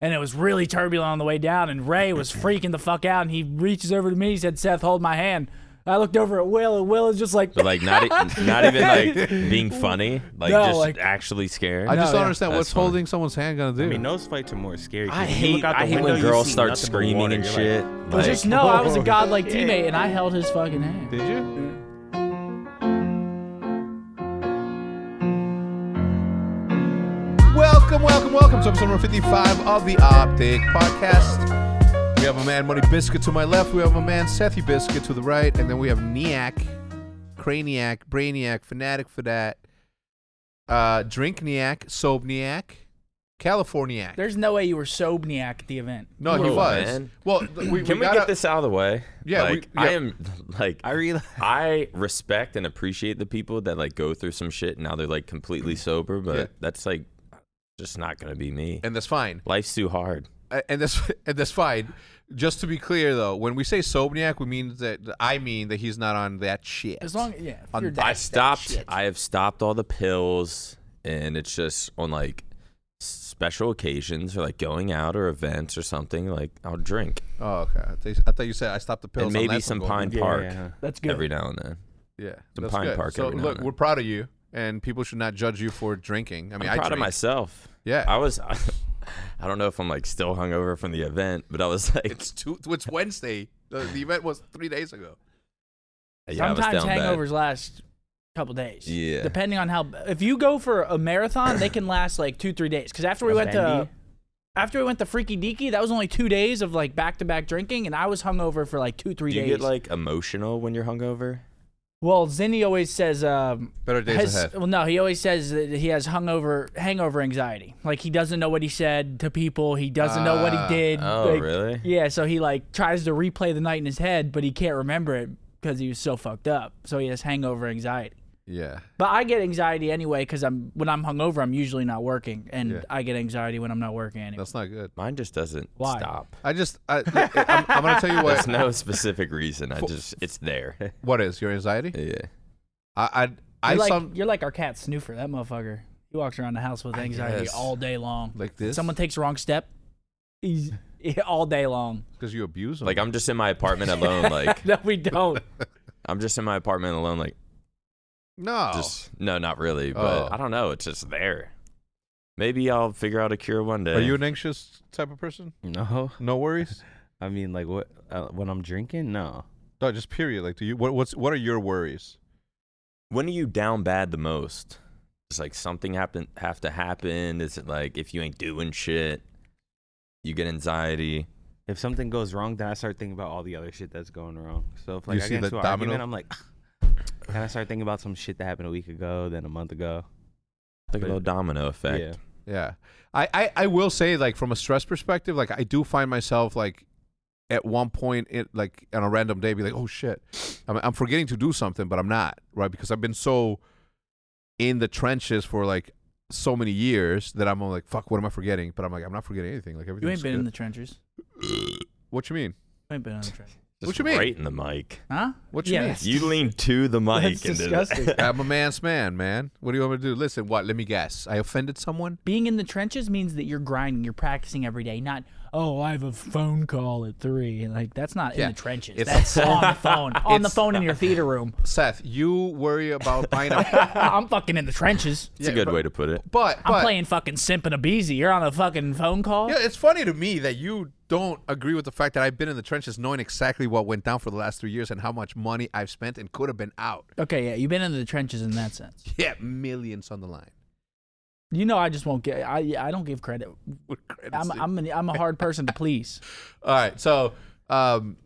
and it was really turbulent on the way down. And Ray was freaking the fuck out, and he reaches over to me. He said, "Seth, hold my hand." I looked over at Will, and Will is just like, But like not e- not even like being funny, like No, just like- actually scared. I just No, don't yeah. understand That's what's fun. holding someone's hand gonna do. I mean, those fights are more scary. 'cause I you hate look out the I hate window, when you girls see start nothing but screaming water. and You're shit. Like, "But Like, just know I was a whoa. godlike teammate, and I held his fucking hand." Did you? Welcome, welcome, welcome to episode number 55 of the Optic Podcast. We have a man, Money Biscuit, to my left. We have a man, Sethy Biscuit, to the right. And then we have Niak, Craniac, Brainiac, Fanatic for that, uh, Drinkniac, Sobniac, Californiac. There's no way you were Sobniak at the event. no, he Whoa, was. man. Well, th- we, Can we, gotta, get this out of the way? Yeah, we- like I yeah. am like I I realize. I respect and appreciate the people that like go through some shit and now they're like completely sober, but Yeah. that's like just not gonna be me. And that's fine. Life's too hard. Uh, and that's and that's fine. Just to be clear, though, when we say Sobniak, we mean that I mean that he's not on that shit. As long, yeah, if On- you're I that, I that stopped. shit. I have stopped all the pills, and it's just on like special occasions or like going out or events or something. Like I'll drink oh, okay. I thought you- I thought you said I stopped the pills. and on maybe last some one going- Pine Park Yeah. That's good. every now and then. Yeah, some that's Pine good. Park So every now look, and then. we're proud of you, and people should not judge you for drinking. I I mean, am proud of drink. myself. Yeah. I was. I, don't know if I'm like still hungover from the event, but I was like, It's two. It's Wednesday. The, the event was three days ago. yeah, I was Sometimes down hangovers bad. last couple days. Yeah. Depending on how, if you go for a marathon, they can last like two, three days. Because after we A went to, bendy? after we went to Freaky Deaky, that was only two days of like back to back drinking, and I was hungover for like two, three Do you days. get like emotional when you're hungover? well, Zinni always says, um, Better days his- ahead. Well, no, he always says that he has hungover, hangover anxiety. Like he doesn't know what he said to people. He doesn't know what Ah. he did. Oh, like- really? Yeah, so he like tries to replay the night in his head, but he can't remember it because he was so fucked up. So he has hangover anxiety. Yeah. But I get anxiety anyway because I'm when I'm hungover, I'm usually not working, and Yeah. I get anxiety when I'm not working anyway. That's not good. Mine just doesn't Why? stop. I just, I, I'm, I'm gonna tell you There's what. no specific reason. I just it's there. what is your anxiety? yeah. I, I, I You're like, some you're like our cat Snoofer, that motherfucker. He walks around the house with anxiety guess. all day long. like this. Someone takes a wrong step, he's all day long. because you abuse them. Like I'm just in my apartment alone. Like No, we don't. I'm just in my apartment alone. Like no. just no, not really. But Oh. I don't know. It's just there. Maybe I'll figure out a cure one day. Are you an anxious type of person? No, No worries. I mean like what uh, when I'm drinking? No. No, just period. Like, do you what? What's what are your worries? when are you down bad the most? It's like something happen have to happen. Is it like if you ain't doing shit, you get anxiety? If something goes wrong, then I start thinking about all the other shit that's going wrong. So if like You I see get the into an domino? argument, I'm like, and I start thinking about some shit that happened a week ago, then a month ago. Like a little domino effect. Yeah. Yeah, I, I I will say like from a stress perspective, like I do find myself like at one point it like on a random day be like, oh shit, I'm I'm forgetting to do something, but I'm not right because I've been so in the trenches for like so many years that I'm all like, fuck, what am I forgetting? But I'm like, I'm not forgetting anything. Like everything. You ain't been in the trenches. What you mean? You ain't been in the trenches. Just What you mean? Right in the mic. Huh? What you Yeah, mean? that's- You lean to the mic. That's and then- disgusting. I'm a man's man, man. What do you want me to do? Listen, what? Let me guess. I offended someone. Being in the trenches means that you're grinding, you're practicing every day, not oh, I have a phone call at three. Like that's not Yeah. in the trenches. It's- that's on the phone. On the It's- phone in your theater room. Seth, you worry about buying a. I'm fucking in the trenches. That's a good way to put it. But, I'm but playing fucking Simp and a Beezy. You're on a fucking phone call. Yeah, it's funny to me that you don't agree with the fact that I've been in the trenches knowing exactly what went down for the last three years and how much money I've spent and could have been out. Okay, yeah, you've been in the trenches in that sense. Yeah, millions on the line. You know, I just won't get. I I don't give credit. What credits I'm did- I'm an, I'm a hard person to please. All right, so um,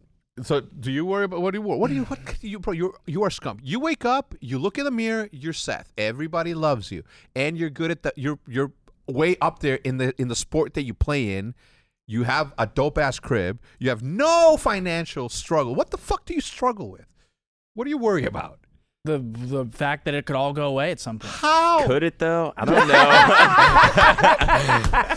so do you worry about what do you worry? What do you what could you bro? You you are scum. You wake up, you look in the mirror, you're Seth. Everybody loves you, and you're good at the. You're you're way up there in the in the sport that you play in. You have a dope ass crib. You have no financial struggle. What the fuck do you struggle with? What do you worry about? the the fact that it could all go away at some point. How? Could it though? I don't know.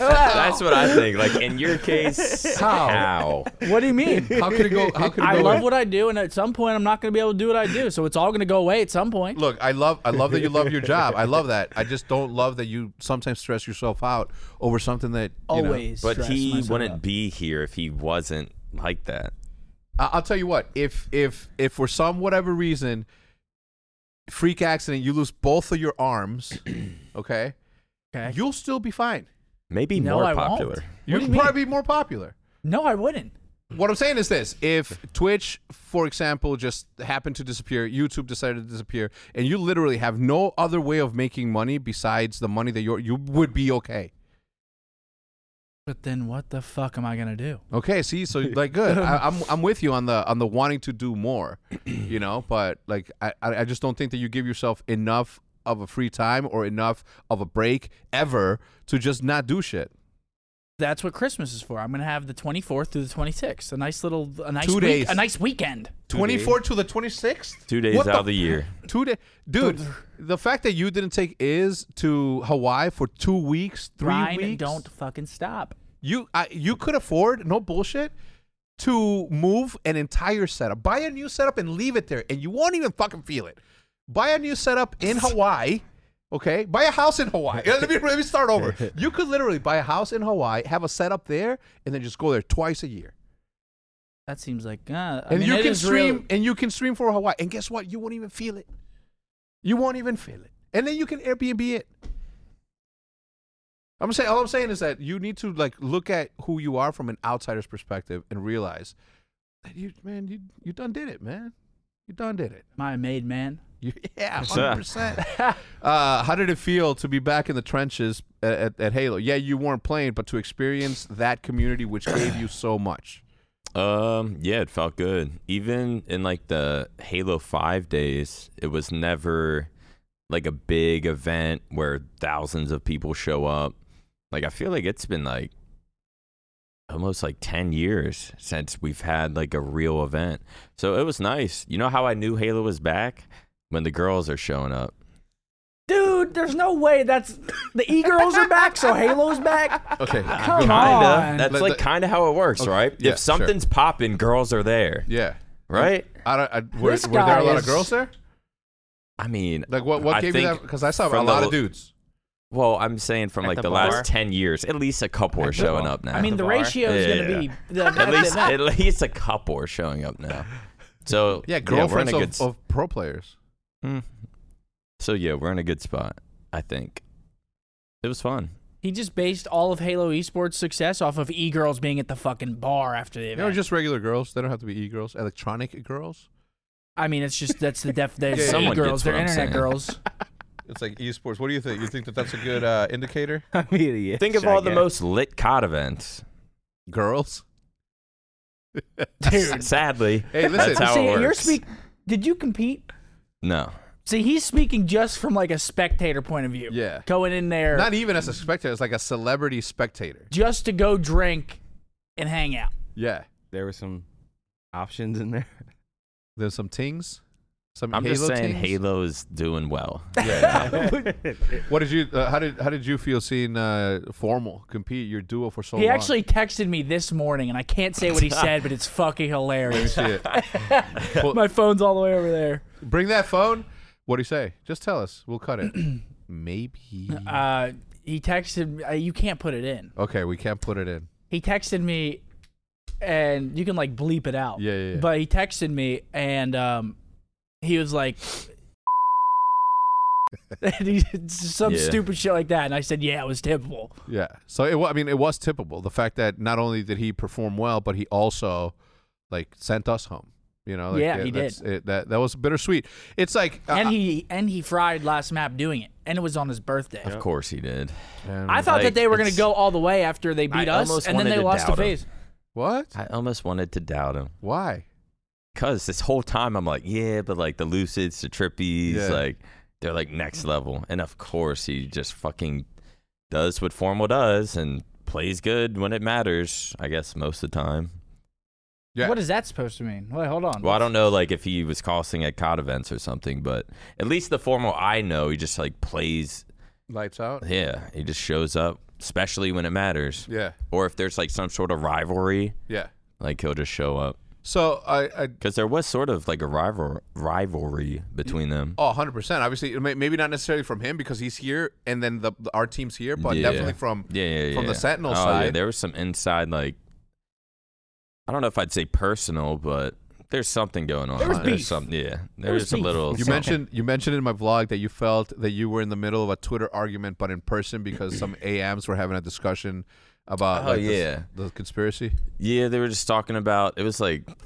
That's what I think. Like in your case, How? how? What do you mean? How could it go? How could it I go? love what I do, and at some point, I'm not going to be able to do what I do. So it's all going to go away at some point. Look, I love I love that you love your job. I love that. I just don't love that you sometimes stress yourself out over something that you know- Always. But stress he myself wouldn't out. be here if he wasn't like that. I- I'll tell you what. If if if for some whatever reason, freak accident, you lose both of your arms, okay, Okay. you'll still be fine. Maybe No, more I won't. popular. What do you You'll mean? probably be more popular. No, I wouldn't. What I'm saying is this: if Twitch, for example, just happened to disappear, YouTube decided to disappear, and you literally have no other way of making money besides the money that you you would be okay. But then, what the fuck am I going to do? Okay, see, so like, good. I, I'm I'm with you on the on the wanting to do more, you know. But like, I I I just don't think that you give yourself enough of a free time or enough of a break ever to just not do shit. That's what Christmas is for. I'm going to have the 24th through the 26th. A nice little, a nice Two week, days. a nice weekend. Twenty four to the twenty sixth. Two days out of the year. Two days, dude. The fact that you didn't take is to Hawaii for two weeks, three Grind weeks. and don't fucking stop. You I, you could afford no bullshit to move an entire setup, buy a new setup and leave it there, and you won't even fucking feel it. Buy a new setup in Hawaii. Okay, buy a house in Hawaii. Let me, let me start over. You could literally buy a house in Hawaii, have a setup there, and then just go there twice a year. That seems like, uh, I and mean, you it can is stream, real- and you can stream for Hawaii. And guess what? You won't even feel it. You won't even feel it. And then you can Airbnb it. I'm saying all I'm saying is that you need to like look at who you are from an outsider's perspective and realize that you man you you done did it man you done did it my made man. you, yeah Yes, sir. hundred percent. Uh, how did it feel to be back in the trenches at, at, at Halo? Yeah, you weren't playing, but to experience that community which gave you so much. Um, yeah, it felt good. Even in like the Halo 5 days, it was never like a big event where thousands of people show up. Like I feel like it's been like almost like 10 years since we've had like a real event. So it was nice. You know how I knew Halo was back? When the girls are showing up. Dude, there's no way that's the e girls are back, so Halo's back. Okay, Come on. That's Let- like let- kind of how it works, Okay, right? yeah, sure. if something's popping, girls are there, yeah. right? I don't. I, were, This were there guy a lot is- of girls there? I mean, Like what? What I gave you think that? Because I saw a from lot the- of dudes. Well, I'm saying from At like the the, bar? last ten years, at least a couple are showing up now. I mean, the the, bar. ratio is going to Yeah. be the, at least at least a couple are showing up now. So Yeah, we're in girlfriends a of, good s- of pro players. Mm. So yeah, we're in a good spot. I think it was fun. He just based all of Halo Esports success off of e girls being at the fucking bar after the You event. know, just regular girls. They don't have to be e girls. Electronic girls. I mean, it's just that's the def. That's Yeah, e someone girls. gets They're what I'm internet saying. girls. It's like esports. What do you think? You think that that's a good uh, indicator? I mean, yeah, Think of sure, I all the get it. most lit COD events. Girls. Dude. Sadly, Hey, that's listen. how See, it works. you're speak. Did you compete? no, See, he's speaking just from like a spectator point of view. Yeah. Going in there Not e- even as a spectator. It's like a celebrity spectator. just to go drink and hang out. Yeah. there were some options in there. There's some tings. Some I'm Halo just saying tings. Halo's doing well. What did you? Uh, how did how did you feel seeing uh, formal compete your duo for so he long? actually texted me this morning, and I can't say what he said, but it's fucking hilarious. Shit. My phone's all the way over there. Bring that phone. What do you say? Just tell us. We'll cut it. Maybe. Uh, he texted. me- Uh, you can't put it in. Okay, we can't put it in. he texted me and you can like bleep it out. Yeah, yeah, yeah. Oh, But he texted me and um he was like and he did some Yeah. stupid shit like that and I said, "Yeah, it was typical." Yeah. So it wa- I mean it was tippable. The fact that not only did he perform well, but he also like sent us home. You know, like, Yeah, he that's- did. It, that that was bittersweet. It's like uh, and he and he fried last map doing it and it was on his birthday. Of course he did. and- I thought that Like, they were going to it's- go all the way after they beat I us almost and then wanted they to lost the doubt him. phase. what? I almost wanted to doubt him. Why? Cause this whole time I'm like, yeah, but like the Lucids, the Trippies, Yeah. like they're like next level. And of course, he just fucking does what Formal does and plays good when it matters. I guess most of the time. Yeah. What is that supposed to mean? Wait, hold on. Well, I don't know, like if he was costing at COD events or something, but at least the formal I know, he just like plays. Lights out. Yeah, he just shows up, especially when it matters. Yeah. Or if there's like some sort of rivalry, Yeah. like he'll just show up. So I, I Because there was sort of like a rival rivalry between them. Oh, 100%. Obviously, may- maybe not necessarily from him because he's here and then the, the- our team's here, but Yeah. definitely from Yeah, yeah, yeah. from the Sentinel oh, Yeah, side. there was some inside like I don't know if I'd say personal, but there's something going on. There was there's beef. some yeah. There was There's a beef. little you something. mentioned you mentioned in my vlog that you felt that you were in the middle of a Twitter argument, but in person because some AMs were having a discussion about Oh, like, this- yeah. the conspiracy. Yeah, they were just talking about it was like th-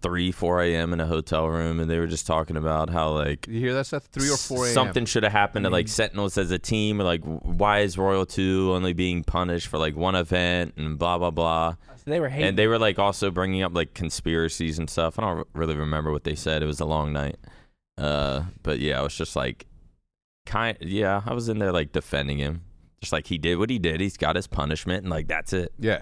three, four AM in a hotel room and they were just talking about how like You hear that, Seth? 3 or 4 a.m. Something should have happened to Mm-hmm. like Sentinels as a team, or like w- why is Royal Two only being punished for like one event and blah blah blah. They were hating. And they were like also bringing up like conspiracies and stuff. I don't really remember what they said. It was a long night. Uh, but yeah, I was just like, kind. Yeah, I was in there like defending him. Just like he did what he did. He's got his punishment, and like that's it. Yeah.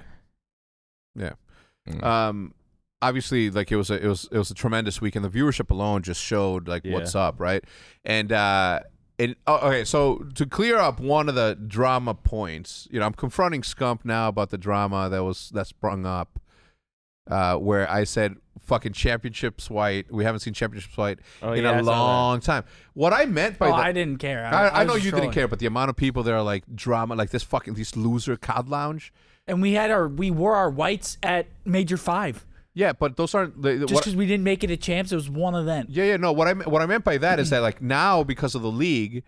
Mm. Um obviously like it was a it was it was a tremendous weekend. The viewership alone just showed like Yeah. what's up, right? And uh and oh, okay, so to clear up one of the drama points, you know, I'm confronting Scump now about the drama that was that sprung up uh where I said fucking championships white. We haven't seen championships white Oh, in yeah, I saw a that. long time. What I meant by oh, that I didn't care. I, I, I, was know just you trolling. didn't care, but the amount of people that are like drama, like this fucking this loser cod lounge. And we had our we wore our whites at Major Five Yeah, but those aren't the, the just because we didn't make it a champs. It was one event. Yeah, yeah, no. What I me- what I meant by that is that like now because of the league,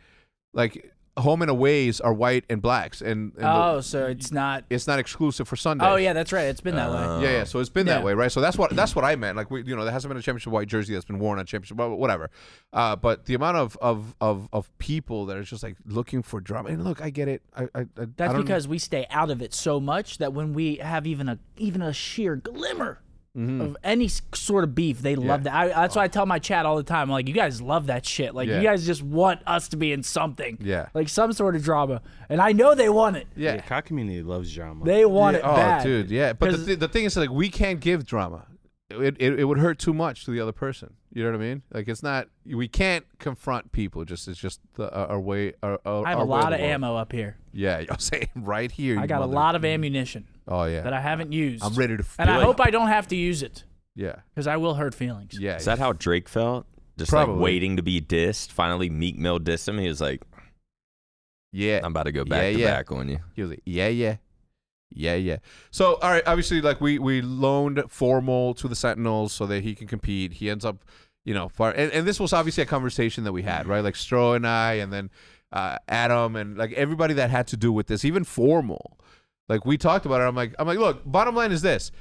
like home and aways are white and blacks, and, and the- Oh, so it's not. it's not exclusive for Sunday. Oh yeah, that's right. It's been that way. yeah, yeah. So it's been that Yeah. way, right? So that's what that's what I meant. Like we, you know, there hasn't been a championship white jersey that's been worn on championship, wha- whatever. Uh, but the amount of of of of people that are just like looking for drama. And look, I get it. I, I, I I That's don't- because we stay out of it so much that when we have even a even a sheer glimmer Mm-hmm. of any s- sort of beef, they love that. I, that's why I tell my chat all the time. I'm like, you guys love that shit. Like, Oh. Yeah. you guys just want us to be in something. Yeah. Like some sort of drama, and I know they want it. yeah. Yeah, COD community loves drama. They want Yeah, it bad. Oh, dude, yeah. But the, 'Cause- thi- the thing is, like, we can't give drama. It, it, it would hurt too much to the other person. You know what I mean? Like, it's not. We can't confront people. Just it's just the, uh, our way. Our, our, I have our a way lot the of world. ammo up here. Yeah, I'm saying right here. I you got a mother- lot of ammunition Oh yeah. that I haven't used. I'm ready to. f- And I blow hope up. I don't have to use it Yeah. because I will hurt feelings. Yeah. Is that how Drake felt? Just Probably. like waiting to be dissed. Finally, Meek Mill dissed him. He was like, yeah. "I'm about to go back Eh, Yeah, to yeah. back on you." He was like, yeah, yeah. Yeah, yeah. So, all right, obviously, like, we, we loaned Formal to the Sentinels so that he can compete. He ends up, you know, far. And, and this was obviously a conversation that we had, right? Like, Stro and I, and then uh, Adam, and like everybody that had to do with this, even Formal. Like, we talked about it. I'm like, I'm like, look, bottom line is this.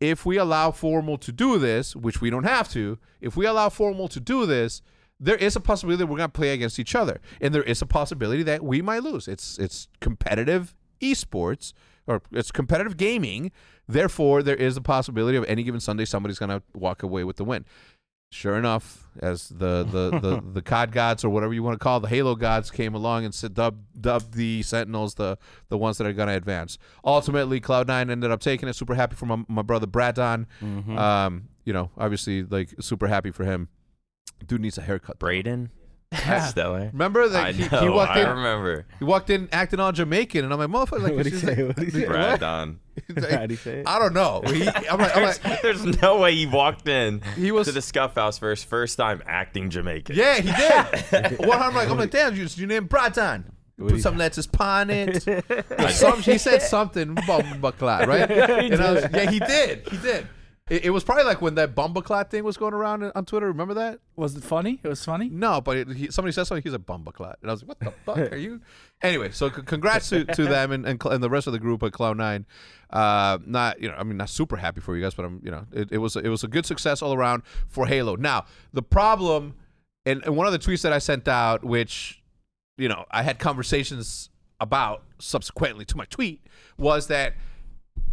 If we allow Formal to do this, which we don't have to, if we allow Formal to do this, there is a possibility that we're going to play against each other and there is a possibility that we might lose it's it's competitive esports or it's competitive gaming therefore there is a possibility of any given sunday somebody's going to walk away with the win sure enough as the the the, the cod gods or whatever you want to call it, the halo gods came along and said dub dubbed the sentinels the the ones that are going to advance ultimately cloud nine ended up taking it super happy for my, my brother bradon um you know obviously like super happy for him dude needs a haircut Braden, that's stellar. Remember I that he, know. he walked I in, remember. he walked in acting all Jamaican, and I'm like, motherfucker, like, What'd he she's say? like- What'd he say? Brad Don. he's like, How'd he say it? I don't know. He, I'm like, I'm There's, like, there's no way he walked in He was- to the scuff house for his first time acting Jamaican. yeah, he did. One, I'm like, I'm like, damn, you, you named Bratan. Put he- some lettuce pie in it. Or some, he said something, bumbaclat, right? And I was, yeah, he did. He did. It, it was probably like when that bumbaclat thing was going around on Twitter. Remember that? Was it funny? It was funny. No, but it, he, somebody said something. He's a bumbaclat, and I was like, "What the fuck are you?" Anyway, so c- congrats to, to them and, and cl- and the rest of the group at Cloud Nine. Uh, not you know, I mean, not super happy for you guys, but I'm you know, it, it was it was a good success all around for Halo. Now the problem, and, and one of the tweets that I sent out, which you know I had conversations about subsequently to my tweet, was that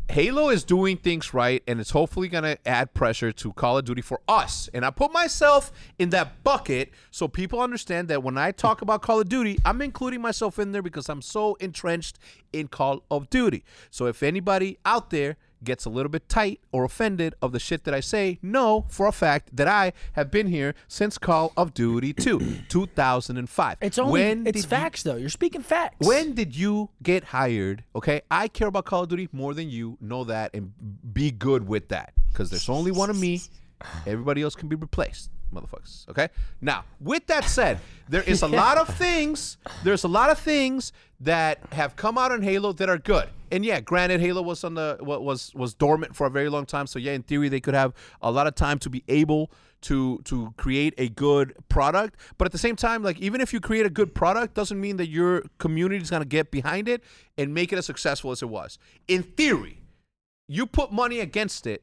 Halo is doing things right, and it's hopefully going to add pressure to Call of Duty for us. And I put myself in that bucket so people understand that when I talk about Call of Duty, I'm including myself in there because I'm so entrenched in Call of Duty. So if anybody out there gets a little bit tight or offended of the shit that I say know for a fact that I have been here since Call of Duty 2, 2005. It's only when it's did facts though. You're speaking facts. You, when did you get hired? Okay, I care about Call of Duty more than you. Know that and be good with that because there's only one of me. Everybody else can be replaced. Motherfuckers. Okay. Now, with that said, there is a lot of things. There's a lot of things that have come out on Halo that are good. And yeah, granted, Halo was on the wa- was was dormant for a very long time. So yeah, in theory, they could have a lot of time to be able to to create a good product. But at the same time, like even if you create a good product, doesn't mean that your community is gonna get behind it and make it as successful as it was. In theory, you put money against it,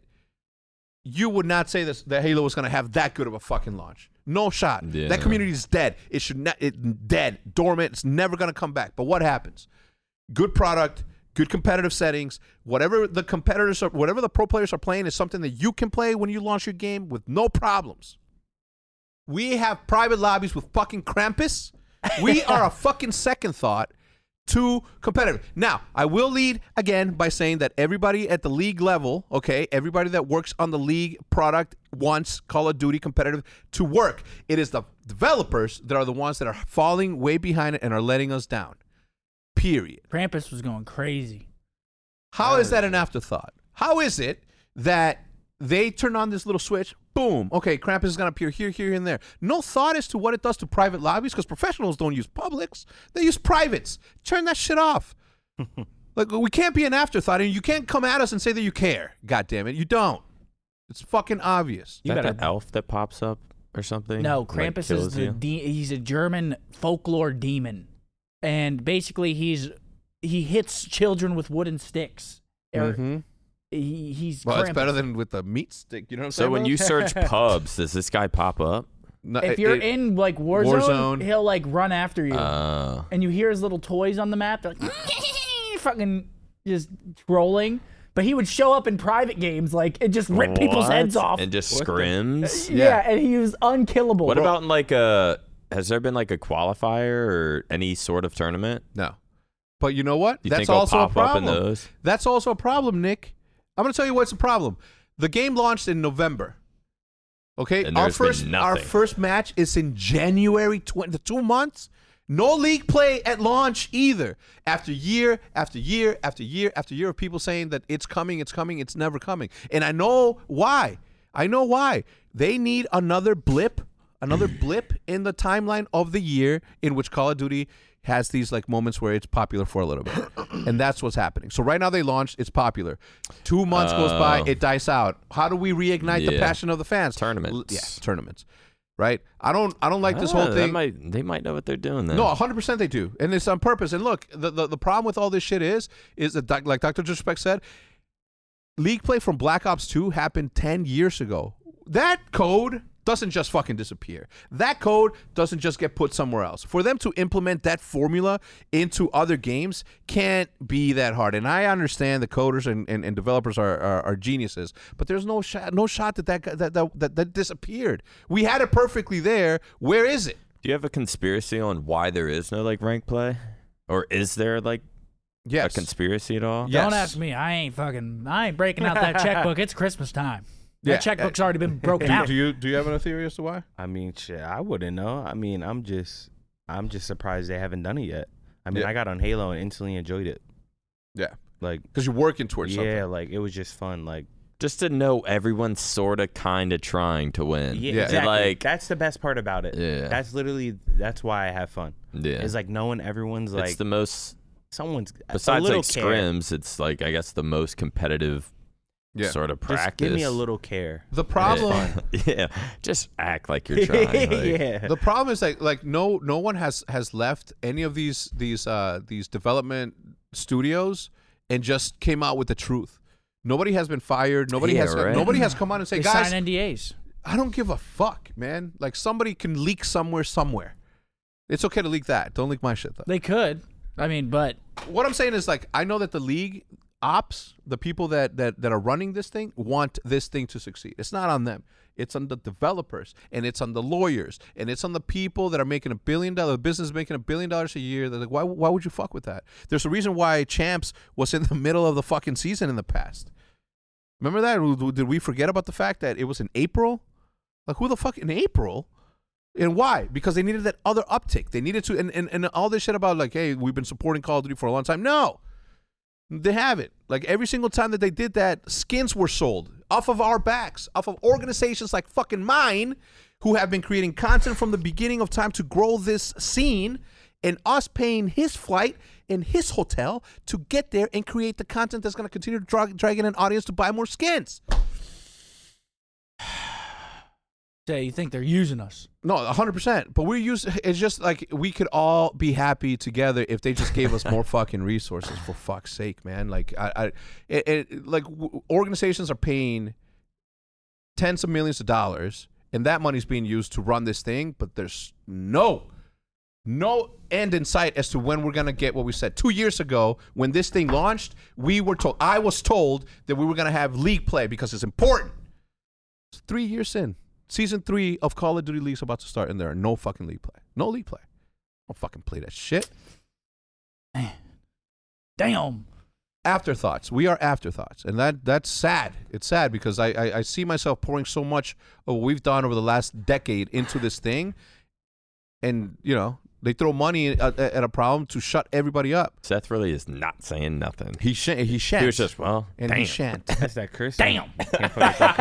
you would not say this that Halo was gonna have that good of a fucking launch. No shot. Yeah. That community is dead. It should not. It dead, dormant. It's never gonna come back. But what happens? Good product, good competitive settings. Whatever the competitors are, whatever the pro players are playing is something that you can play when you launch your game with no problems. We have private lobbies with fucking Krampus. We are a fucking second thought too competitive. Now, I will lead again by saying that everybody at the league level, okay, everybody that works on the league product wants Call of Duty competitive to work. It is the developers that are the ones that are falling way behind it and are letting us down. Period. Krampus was going crazy. How is that an afterthought? How is it that they turn on this little switch? Boom. Okay, Krampus is going to appear here, here, and there. No thought as to what it does to private lobbies because professionals don't use publics, they use privates. Turn that shit off. like, we can't be an afterthought, and you can't come at us and say that you care. God damn it. You don't. It's fucking obvious. You Is that better the elf that pops up or something? No, Like, Krampus is kills the you? de- he's a German folklore demon, and basically he's he hits children with wooden sticks. Or he, he's Mm-hmm. Well, it's Krampus. better than with the meat stick. You know what I'm saying? So when bro? you search pubs, does this guy pop up? No, If it- you're uh, it- in like Warzone, Warzone. he'll like run after you, Uh, and you hear his little toys on the map. They're like fucking just trolling. But he would show up in private games, like and just rip people's what? heads off. and just scrims. yeah. and he was unkillable. What about in like a? Has there been like a qualifier or any sort of tournament? No. But you know what? You That's think it'll also a pop up in problem. those? That's also a problem, Nick. I'm going to tell you what's the problem. The game launched in November. Okay, And our there's been first our nothing. first match is in January 20, the two months. No league play at launch either. After year after year after year after year of people saying that it's coming, it's coming, it's never coming. And I know why. I know why. They need another blip, another blip in the timeline of the year in which Call of Duty has these like moments where it's popular for a little bit. and that's what's happening. So right now they launched, it's popular. Two months goes by, Oh. it dies out. How do we reignite the Yeah. passion of the fans? Tournaments. L- yeah, tournaments. Right? I don't I don't like this Ah, whole that thing. might- they might know what they're doing. Then. No, 100% they do. And it's on purpose. And look, the, the, the problem with all this shit is, is that, doc- like Dr. Disrespect said, league play from Black Ops 2 happened 10 years ago. That code doesn't just fucking disappear. That code doesn't just get put somewhere else. For them to implement that formula into other games can't be that hard. And I understand the coders and, and, and developers are, are, are geniuses, but there's no shot no shot that that, got- that that that that disappeared. We had it perfectly there. Where is it? Do you have a conspiracy on why there is no like rank play, or is there like Yes. a conspiracy at all? Yeah. Don't Yes. ask me. I ain't fucking. I ain't breaking out that checkbook. It's Christmas time. Yeah. That checkbook's already been broken out. you do you have a theory as to why? I mean, shit, I wouldn't know. I mean, I'm just, I'm just surprised they haven't done it yet. I mean, Yeah. I got on Halo and instantly enjoyed it. Yeah, Like, because you're working towards yeah, like it was just fun. Like, Just to know everyone's sorta, kinda trying to win. yeah, Yeah. exactly. Like- that's the best part about it. Yeah. that's literally that's why I have fun. Yeah. It's like knowing everyone's It's like the most someone's a besides little like care. scrims. It's like I guess the most competitive Yeah. sort of Just practice. give me a little care. The Yeah. problem, yeah, just act like you're trying. like- yeah. the problem is like like no no one has has left any of these these uh these development studios and just came out with the truth. Nobody has been fired. Nobody Yeah, has right. nobody has come out and say, They guys, sign NDAs. I don't give a fuck, man. Like somebody can leak somewhere somewhere. It's okay to leak that. Don't leak my shit though. They could. I mean, but what I'm saying is like I know that the league ops, the people that that that are running this thing want this thing to succeed. It's not on them. It's on the developers and it's on the lawyers and it's on the people that are making a billion dollar business making a billion dollars a year. They're like, why why would you fuck with that? There's a reason why Champs was in the middle of the fucking season in the past. Remember that? Who- Did we forget about the fact that it was in April? Like who the fuck in April? And why? Because they needed that other uptick. They needed to and, and, and all this shit about like, hey, we've been supporting Call of Duty for a long time. No. They haven't. Like every single time that they did that, skins were sold off of our backs, off of organizations like fucking mine, who have been creating content from the beginning of time to grow this scene, and us paying his flight and his hotel to get there and create the content that's going to continue to draw, drag in an audience to buy more skins. Say you think they're using us? No, 100%. But we're used, it's just like we could all be happy together if they just gave us more fucking resources for fuck's sake, man. Like, I, I it, it, like w- organizations are paying tens of millions of dollars and that money's being used to run this thing, but there's no, no end in sight as to when we're going to get what we said. Two years ago, when this thing launched, we were told, I was told that we were going to have league play because it's important. It's three years in. Season three of Call of Duty League's about to start, and there are no fucking league play. No league play. Don't fucking play that shit. Damn. Afterthoughts. We are afterthoughts. And that that's sad. It's sad because I, I, I see myself pouring so much of what we've done over the last decade into this thing. And, you know, they throw money at, at a problem to shut everybody up. Seth really is not saying nothing. He, sh- he shan't. He was just, well, and damn. he shan't. That's that Christmas. Damn. Can't forget that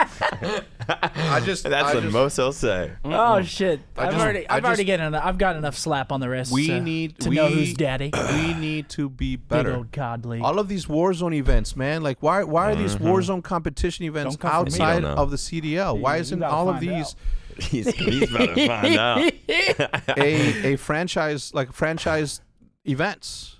Christmas shit. I just. That's I the just- most he'll say. Oh shit! I I've just- already, I I've already just- getting, enough, I've got enough slap on the wrist. We to, need to we, know who's daddy. We need to be better. Big old cod league. All of these Warzone events, man. Like, why why are these Warzone competition events Don't come for me. outside You Mm-hmm. don't know. of the CDL? Why isn't gotta all of find these He's, he's about to find out. a a franchise like franchise events?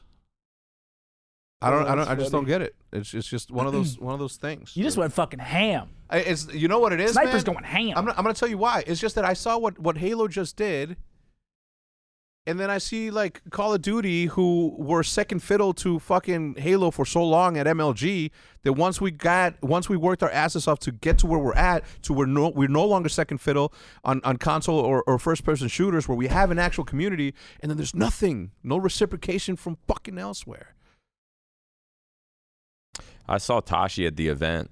I don't. I don't. I just don't get it. It's it's just one of those one of those things. you just went fucking ham. I- It's you know what it is. Sniper's man? going ham. I'm gonna, I'm gonna tell you why. It's just that I saw what what Halo just did, and then I see like Call of Duty, who were second fiddle to fucking Halo for so long at MLG that once we got once we worked our asses off to get to where we're at, to where no we're no longer second fiddle on on console or, or first person shooters where we have an actual community, and then there's nothing, no reciprocation from fucking elsewhere. I saw Tashi at the event.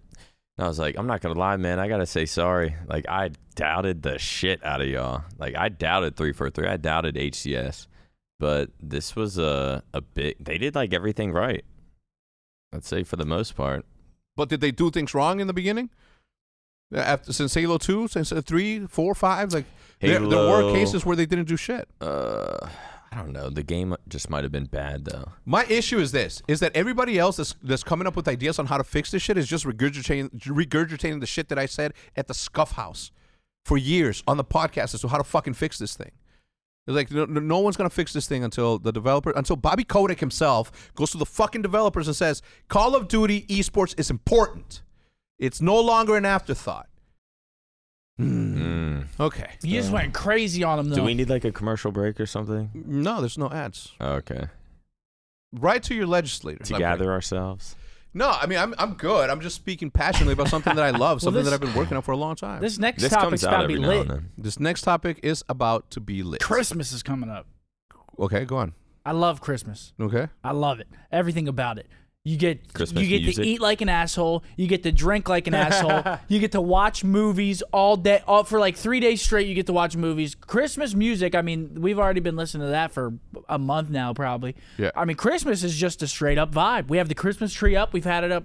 And I was like, I'm not gonna lie, man. I gotta say sorry. Like I doubted the shit out of y'all. Like I doubted three for three. I doubted HCS. But this was a a big. They did like everything right. I'd say for the most part. But did they do things wrong in the beginning? After since Halo two, since uh, three, four, five, like there, there were Halo. cases where they didn't do shit. Uh, I don't know. The game just might have been bad though. My issue is this: is that everybody else that's, that's coming up with ideas on how to fix this shit is just regurgitating, regurgitating the shit that I said at the Scuff House for years on the podcast as to how to fucking fix this thing. It's like no, no- no one's gonna fix this thing until the developer, until Bobby Kotick himself goes to the fucking developers and says, "Call of Duty esports is important. It's no longer an afterthought." Mm. Okay. you just went crazy on him though. Do we need like a commercial break or something? No, there's no ads. Okay. Write to your legislator. To gather ourselves. No, I mean I'm I'm good. I'm just speaking passionately about something that I love, something this- that I've been working on for a long time. This, this next This topic's comes about out to be every now lit. and then. this next topic is about to be lit. Christmas is coming up. Okay, go on. I love Christmas. Okay. I love it. Everything about it. You get Christmas you get music. to eat like an asshole. You get to drink like an asshole. You get to watch movies all day, all, for like three days straight. You get to watch movies. Christmas music. I mean, we've already been listening to that for a month now, probably. Yeah. I mean, Christmas is just a straight up vibe. We have the Christmas tree up. We've had it up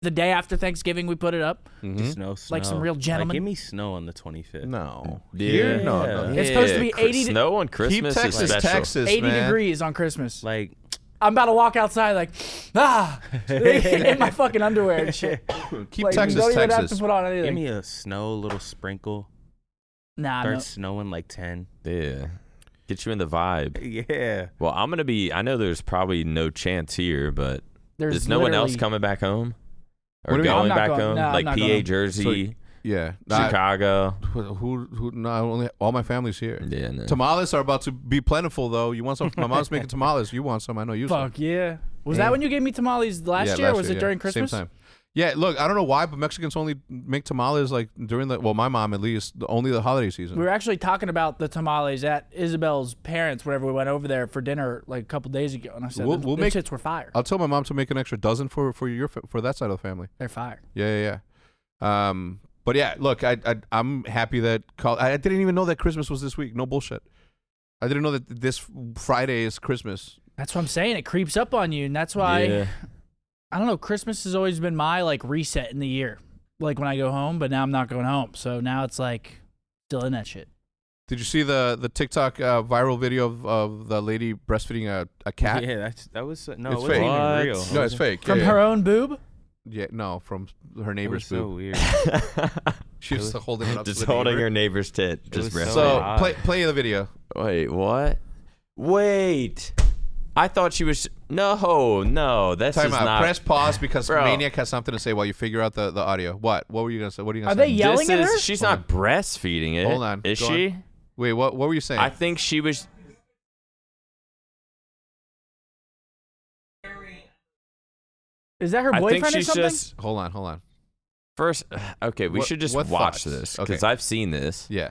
the day after Thanksgiving. We put it up. Mm-hmm. Snow, snow. Like some real gentlemen. give me snow on the 25th. No. Here? No, no. It's supposed to be Chris- 80 to- Snow on Christmas Keep is Texas, special. Texas, Eighty man. degrees on Christmas. Like I'm about to walk outside like, ah, in my fucking underwear and shit. Keep Like, Texas, you don't even have Texas. to put on give anything. me a snow little sprinkle. nah, no. Start snowing like 10. Yeah. Get you in the vibe. Yeah. Well, I'm gonna be. I know there's probably no chance here, but There's is no one else literally- coming back home What or do you I'm mean? going not back going- home? no, I'm like not PA, going. Jersey, yeah. Nah, Chicago. who who no, I only all my family's here. Yeah, no. Tamales are about to be plentiful though. You want some my mom's making tamales. You want some, I know you some. Fuck yeah. Was that when you gave me tamales last Yeah, year? or last was it yeah. during Christmas? Same time. Yeah, look, I don't know why, but Mexicans only make tamales like during the well, my mom at least the- only the holiday season. We were actually talking about the tamales at Isabel's parents whenever we went over there for dinner like a couple days ago, and I said We'll- "The- we'll the make- shits were fire. I'll tell my mom to make an extra dozen for for your fa- for that side of the family. They're fire. Yeah, yeah, yeah. Um, but yeah, look, I, I I'm happy that col- I I didn't even know that Christmas was this week. No bullshit. I didn't know that this Friday is Christmas. That's what I'm saying. It creeps up on you, and that's why I don't know. Christmas has always been my like reset in the year, like when I go home. But now I'm not going home, so now it's like still in that shit. Did you see the the TikTok uh, viral video of, of the lady breastfeeding a, a cat? yeah, that's that was so- no, It's it wasn't fake. even What? real. No, it's fake. From yeah, her yeah. own boob. Yeah, no, from her It was neighbor's so boob. weird. She was holding it up. to just the holding neighbor. her neighbor's tit. Just was so- randomly. So Wow. play play the video. Wait, what? Wait. I thought she was. No, no, that's Time just out. not. Press pause because Bro. Maniac has something to say while you figure out the, the audio. What? What were you gonna say? What are you gonna Are they say? yelling this at is. her? She's Hold not breastfeeding it. Hold on. Is Go she? on. Wait, what what were you saying? I think she was. Is that her I boyfriend think or she's something? just hold on, hold on. first. Okay, we What- should just what watch thoughts? this Okay. because I've seen this, Yeah.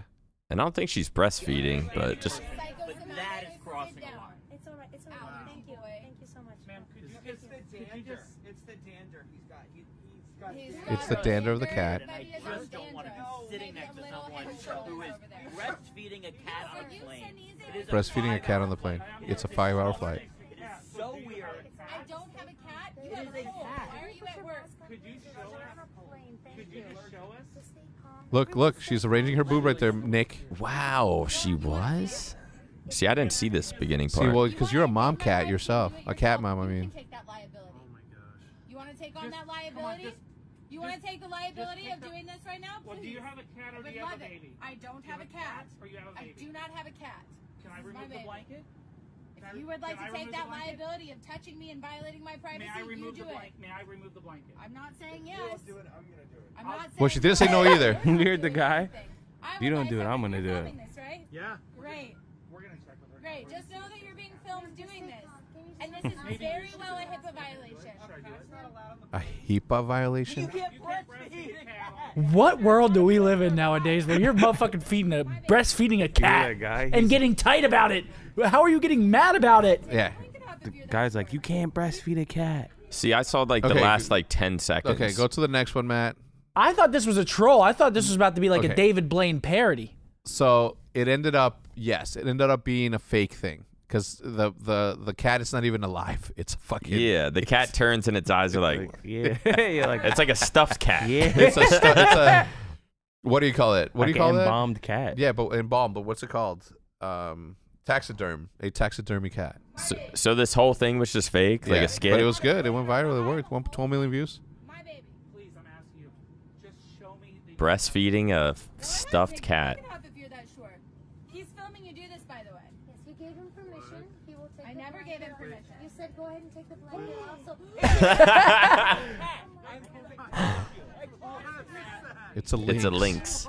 and I don't think she's breastfeeding, but just But that is crossing a line. It's all right. It's all right. Thank you. Thank you so much. Ma'am, could you, it's the dander. It's the dander he's got. He, he's got. It's the dander of the cat. and I just don't want to be sitting next to someone who is breastfeeding a cat on a plane. It is Breastfeeding a cat on the plane. It's a five hour flight. It is so weird. I don't have a cat. You have a cold. Why are you at work? Could you show Thank you. Show us. Just stay calm. Look, look, she's arranging her boob right there, Nick. wow, she was. See, I didn't see this beginning See, part. well, because you're a You wanna mom take on that cat liability, yourself, you do a it cat yourself. mom. I You can mean, take that liability. You want to take on that liability? just- You want to take the liability of doing this right now? Well, do you Please. have a cat I or do would you have love a it. baby? I don't you have a have a cat. cat or you have a I baby? do not have a cat. This is Can I my remove the baby. blanket? Can I- If you would like can I to take remove the that blanket? liability of touching me and violating my privacy, May I you remove do the it. blanket? May I remove the blanket? I'm not saying yes. I'm not saying well, she didn't say no either. You're the guy. I'm You a don't nice do it, guy. I'm gonna You're do it. filming This, right? Yeah. Great, We're gonna check with her. great. Just know that you're being filmed doing this, Can you and this is very well a HIPAA violation. A HIPAA violation? What world do we live in nowadays where you're motherfucking feeding a breastfeeding a cat that guy? and He's- getting tight about it? How are you getting mad about it? Yeah. The guy's like, you can't breastfeed a cat. see, I saw like Okay, the last go- like ten seconds. Okay, go to the next one, Matt. I thought this was a troll. I thought this was about to be like Okay. a David Blaine parody. So it ended up, yes, it ended up being a fake thing because the the the cat is not even alive. It's a fucking Yeah, the cat turns and its eyes are like. Yeah, You're like It's like a stuffed cat. yeah, It's a, stu- it's a what do you call it? What do like you call an that? embalmed cat. Yeah, but embalmed. But what's it called? Um, taxiderm. A taxidermy cat. So, so this whole thing was just fake, like Yeah, a skit. But it was good. It went viral. It worked. One, 12 million views. My baby. Please, I'm asking you. Just show me the. breastfeeding a f- No, I'm not stuffed taking cat. it off if you're that sure. He's filming you do this, by the way. Yes, you gave him permission. He will take I the never blanket gave him off. permission. You said go ahead and take the blanket off. So It's a lynx. It's a lynx.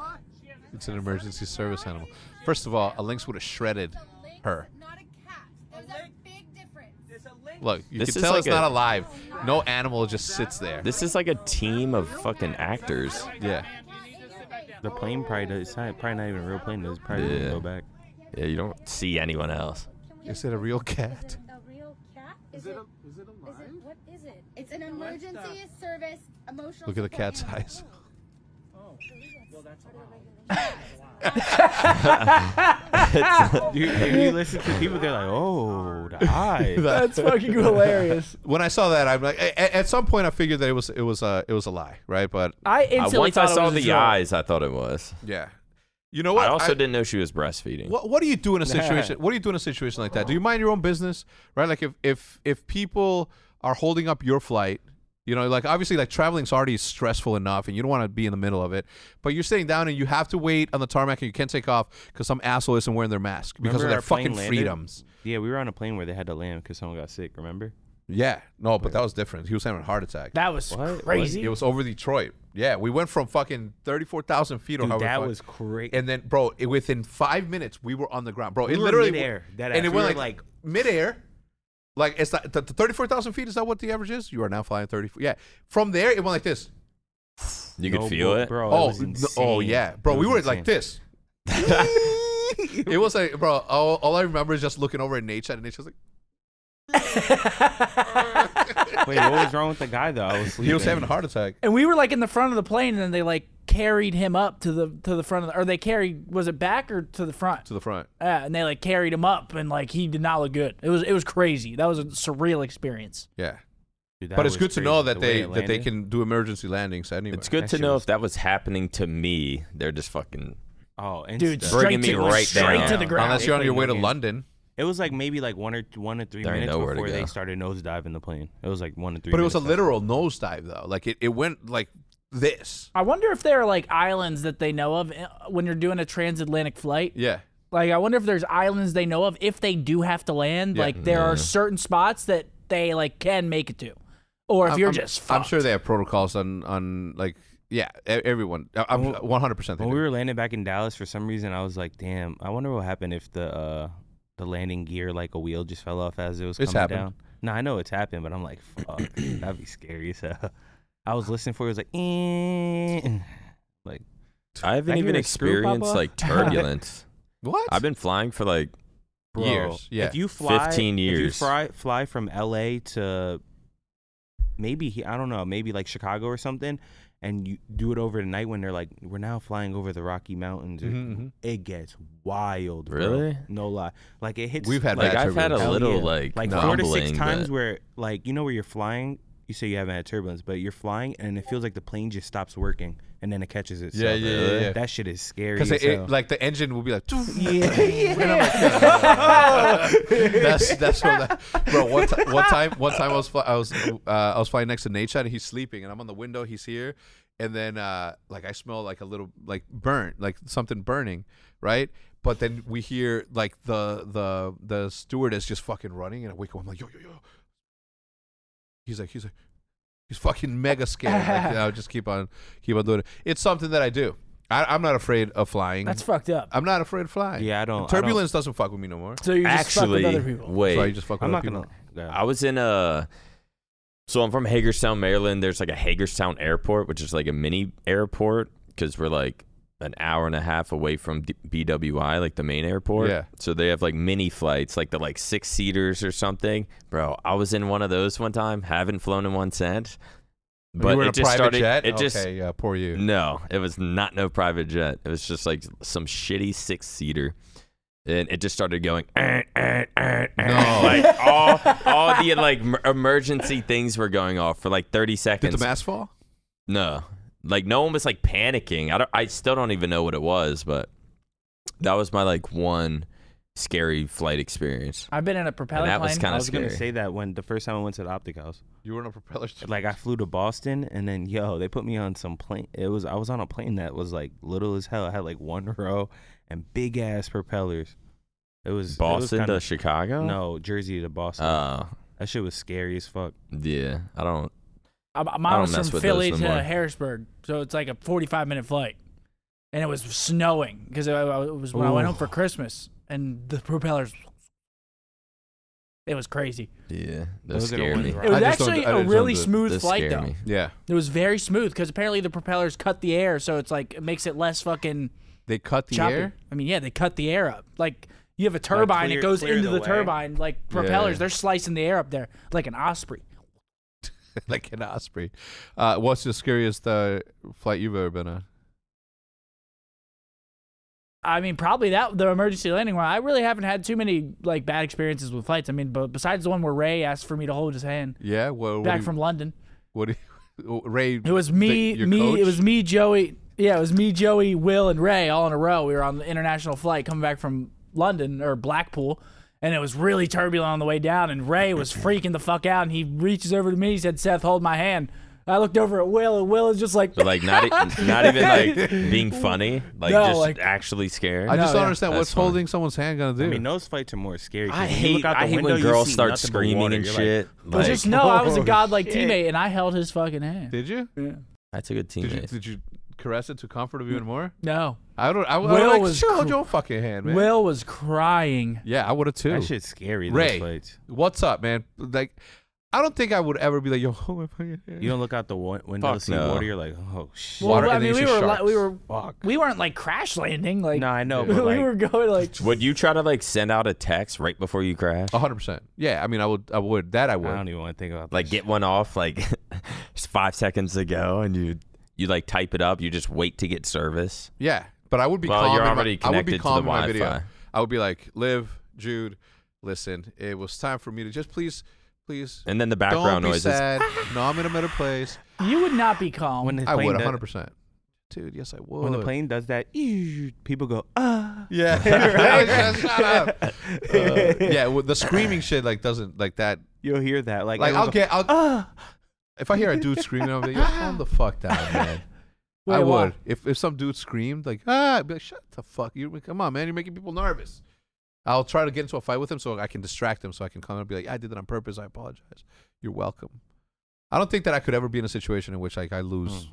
It's an emergency service animal. First of all, a lynx would have shredded It's a lynx, her. Not a cat. There's a big difference. There's a link. Look, you This can is tell like it's not a- alive. No animal just sits there. This is like a team of fucking actors. yeah. Ma'am, you need to sit back down. The plane probably does, it's not, probably not even a real plane. Does probably doesn't Yeah. go back. Yeah, you don't see anyone else. can we Is it a real cat? Is it a real cat? Is, it? Is it alive? Is it? What is it? It's an emergency service emotional. Look at the support cat's animal. eyes. You, if you listen to people, they're like, oh, the eye. That's fucking hilarious. When I saw that, I'm like, at, at some point, I figured that it was it was a it was a lie, right? But Uh, I I, instantly once I thought it saw was a the troll. eyes, I thought it was. yeah, you know what? I also didn't know she was breastfeeding. What What do you do in a situation? What do you do in a situation like that? Do you mind your own business, right? Like if if if people are holding up your flight, you know, like obviously like traveling's already stressful enough, and you don't want to be in the middle of it. But you're sitting down and you have to wait on the tarmac, and you can't take off because some asshole isn't wearing their mask because Remember of their our plane fucking landed? freedoms. Yeah, we were on a plane where they had to land because someone got sick. Remember? Yeah, no, but that was different. He was having a heart attack. That was What? crazy. it was over Detroit. Yeah, we went from fucking thirty-four thousand feet or Dude, however that far- was crazy. And then, bro, it, within five minutes, we were on the ground, bro. We it were literally midair, dead and ass. it We went were like, like- midair, Like it's not, the, the thirty-four thousand feet. Is that what the average is? You are now flying thirty-four. Yeah. From there, it went like this. You No, could feel bro- it. bro. it Oh, was n- insane. oh yeah, bro. It We was were like insane. this. it was like, bro. All, all I remember is just looking over at Nate and Nate's like, Wait, what was wrong with the guy though? I was sleeping. he was having a heart attack. and we were like in the front of the plane, and then they like carried him up to the to the front of the, or they carried was it back or to the front? To the front. Yeah, and they like carried him up, and like he did not look good. It was it was crazy. That was a surreal experience. Yeah. Dude, that But it's was good to crazy, know that the way they it that they landed. can do emergency landings anywhere. It's good That to shit know was- if that was happening to me. They're just fucking. Oh, and Dude, stuff. Bring straight him to, in right straight down. to the ground. Unless you're on They your play way no to game. London. It was like maybe like one or one or three There ain't minutes nowhere to before they go. started nosediving the plane. It was like one or three. But it was a minutes literal nosedive though. Like it, it went like this. I wonder if there are like islands that they know of uh, when you're doing a transatlantic flight. Yeah. Like, I wonder if there's islands they know of if they do have to land. Yeah. Like, there are Mm-hmm. certain spots that they like can make it to, or if I'm- you're I'm- just I'm sure fucked. they have protocols on on like yeah e- everyone. I- I'm 100. percent When we were landing back in Dallas, for some reason, I was like, "Damn, I wonder what happened if the uh, the landing gear, like a wheel, just fell off as it was It's coming happened. down." No, I know it's happened, but I'm like, "Fuck, that'd be scary." So I was listening for it. it was like, "Eh." like I haven't I even hear a screw pop experienced up. like turbulence. What? I've been flying for like bro, Years, yeah. If you fly, 15 if you years. fly, fly from L.A. to maybe he, I don't know, maybe like Chicago or something, and you do it over tonight when they're like, "We're now flying over the Rocky Mountains." or- Mhm, mhm. It gets wild, bro. Really? No lie, like it hits. We've had like bad I've had a turbulence. Hell little yeah. like like no. four to six rumbling, times but- where like you know where you're flying you say you haven't had turbulence but you're flying and it feels like the plane just stops working and then it catches itself Yeah, yeah, yeah, yeah. that shit is scary because it, so- it, like the engine will be like. yeah And I'm like, "Yeah." that's that's what that, bro. One, ti- one time, one time I was fly, I was uh, I was flying next to Nate Shad and he's sleeping and I'm on the window. He's here, and then uh, like I smell like a little like burnt, like something burning, right? But then we hear like the the the stewardess just fucking running, and I wake up. I'm like, yo yo yo. He's like he's like. He's fucking mega scared. Like, I'll just keep on, keep on doing it. It's something that I do. I, I'm not afraid of flying. That's fucked up. I'm not afraid of flying. Yeah, I don't- I don't- Turbulence doesn't fuck with me no more. So you just fuck with other actually people. wait. so I just fuck with i'm not other gonna people. yeah. I was in a. So I'm from Hagerstown, Maryland. There's like a Hagerstown Airport, which is like a mini airport because we're like an hour and a half away from D- BWI, like the main airport. Yeah. So they have like mini flights, like the like six seaters or something. Bro, I was in one of those one time. Haven't flown in one cent. But you were in it a just private started. jet. It just okay, yeah, poor you. No, it was not no private jet. It was just like some shitty six seater. And it just started going, "Eh, eh, eh, eh," No. like all, all the like em- emergency things were going off for like 30 Did seconds. the mask fall? no, like no one was like panicking. I, don't, I still don't even know what it was, but that was my like one scary flight experience. I've been in a propeller that was plane. kinda I I was gonna scary. say that when the first time I went to the optic house, You were in a propeller. Jet. like I flew to Boston, and then yo, they put me on some plane. It was I was on a plane that was like little as hell. I had like one row and big ass propellers. It was it was Boston kinda- to Chicago? no Jersey to Boston. Oh, That shit was scary as fuck. yeah. I don't. I, I mine don't was mess from with Philly those to no more. Harrisburg, so it's like a 45 minute flight, and it was snowing because it, was when I went home for Christmas, and the propellers. It was crazy. Yeah. That Those are the scared ones me. where It was I just don't- actually I a just really don't do it. smooth Those flight scare though. me. Yeah, It was very smooth because apparently the propellers cut the air, so it's like it makes it less fucking they cut the choppy. air. I mean, yeah, they cut the air up. Like you have a turbine, clear- it goes clear into the the, way. turbine like propellers. yeah. They're slicing the air up there like an osprey. like an osprey. Uh, what's the scariest uh, flight you've ever been on? I mean, probably that the emergency landing one. I really haven't had too many like bad experiences with flights. I mean, but besides the one where Ray asked for me to hold his hand Yeah, well, what back do you- from London, what do you- uh, Ray? it was me, the- your me, coach? it was me, Joey. Yeah, it was me, Joey, Will, and Ray all in a row. We were on the international flight coming back from London or Blackpool, and it was really turbulent on the way down. And Ray was freaking the fuck out, and he reaches over to me. He said, "Seth, hold my hand." I looked over at Will, and Will is just like, But like not e- not even like being funny, like No, just like- actually scared. I just No, don't yeah. understand That's what's fun. holding someone's hand gonna do. I mean, those fights are more scary. 'cause I when you hate look out the I hate window, when you girls see start nothing but screaming water. and You're shit. "But Like, just know I was a oh, godlike shit. teammate, and I held his fucking hand." did you? that's a good Did you? teammate. Did you caress it to comfort him even more? No. I don't. I, I Will like, was show cr- your fucking hand, man. Will was crying. yeah, I would have too. That shit's scary. Ray. Those fights. What's up, man? Like, I don't think I would ever be like, yo, hold my fucking hand. You don't look out the wa- window Fuck to see no. water. You're like, oh shit. Well, Water I and mean, we then it's just were li- we sharks. were Fuck. we weren't like crash landing. Like No, I know, we but like, were going like Would you try to like send out a text right before you crash? hundred percent. Yeah, I mean, I would. I would. That I I don't e-, would. even want to think about. Like that get one off like it's five seconds ago, and you you like type it up. You just wait to get service. Yeah, but I would be. Well, calm you're in my- already I would connected be to calm the in my video. Wi-Fi. I would be like, Liv, Jude, listen, it was time for me to just please, please. And then the don't background be noise is sad. no, I'm in a better place. you would not be calm. When the I plane would does- 100. percent Dude, yes, I would. When the plane does that, people go ah. Yeah. Yeah, Shut up. Uh, yeah, well, the screaming shit like doesn't like that. You'll hear that. Like, Like it I'll was get. I'll, if I hear a dude screaming, I'll be like, calm the fuck down, man. Wait, I why? would. If if some dude screamed like ah, I'd be like, shut the fuck. You come on, man. You're making people nervous. I'll try to get into a fight with him so I can distract him, so I can come and be like, I did that on purpose. I apologize. You're welcome. I don't think that I could ever be in a situation in which like I lose Hmm.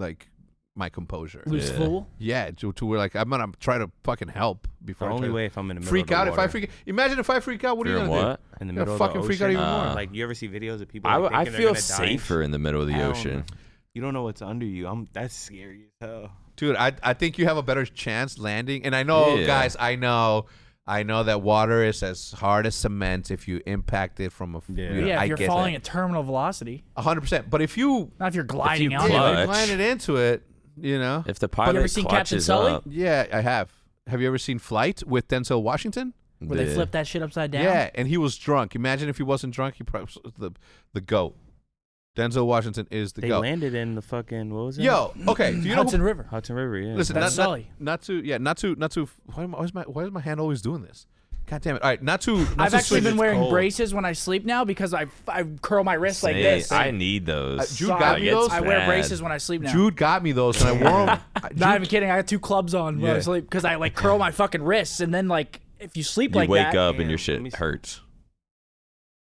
like my composure. Loose Yeah. fool. Yeah, to, to where like I'm gonna try to fucking help the before I only try to way if I'm in the middle freak of the out. If I water. freak, imagine if I freak out. What are You're you in gonna what? do? in the Yeah, middle fucking of the freak ocean. out even Uh, more. Like you ever see videos of people? I, Like, I thinking they're feel gonna die and safer shit? in the middle of the Hell ocean. no. You don't know what's under you. I'm that's scary as hell. Dude, I I think you have a better chance landing. And I know, Yeah. guys, I know. I know that water is as hard as cement if you impact it from a. Yeah. Yeah, you know, I if you're get falling that. at terminal velocity, A hundred percent. But if you not if you're gliding you out. glide- of if Clutch. you landed into it, you know. If the ever pilot seen Captain clutches Sully? up, yeah, I have. Have you ever seen Flight with Denzel Washington? it, Where they the- flip that shit upside down. Yeah, and he was drunk. Imagine if he wasn't drunk. He probably was the the goat. Denzel Washington is the They goat. landed in the fucking what was it? Yo, okay. Do you know who Hudson River. Hudson River. Yeah. Listen, That's not, not, Sully. not to yeah, not to not to. Why, am, why is my why is my hand always doing this? God damn it! All right, not to. Not I've to actually switch- been it's wearing cold. braces when I sleep now because I, I curl my wrist like Hey, this. I need those. Uh, Jude So got I, me it's those? I wear bad. braces when I sleep now. Jude got me those, and I wore them. Not even kidding. I got two clubs on when I Yeah. sleep because I like curl my fucking wrists and then like if you sleep You like wake that, up Damn, and your let me shit see. hurts.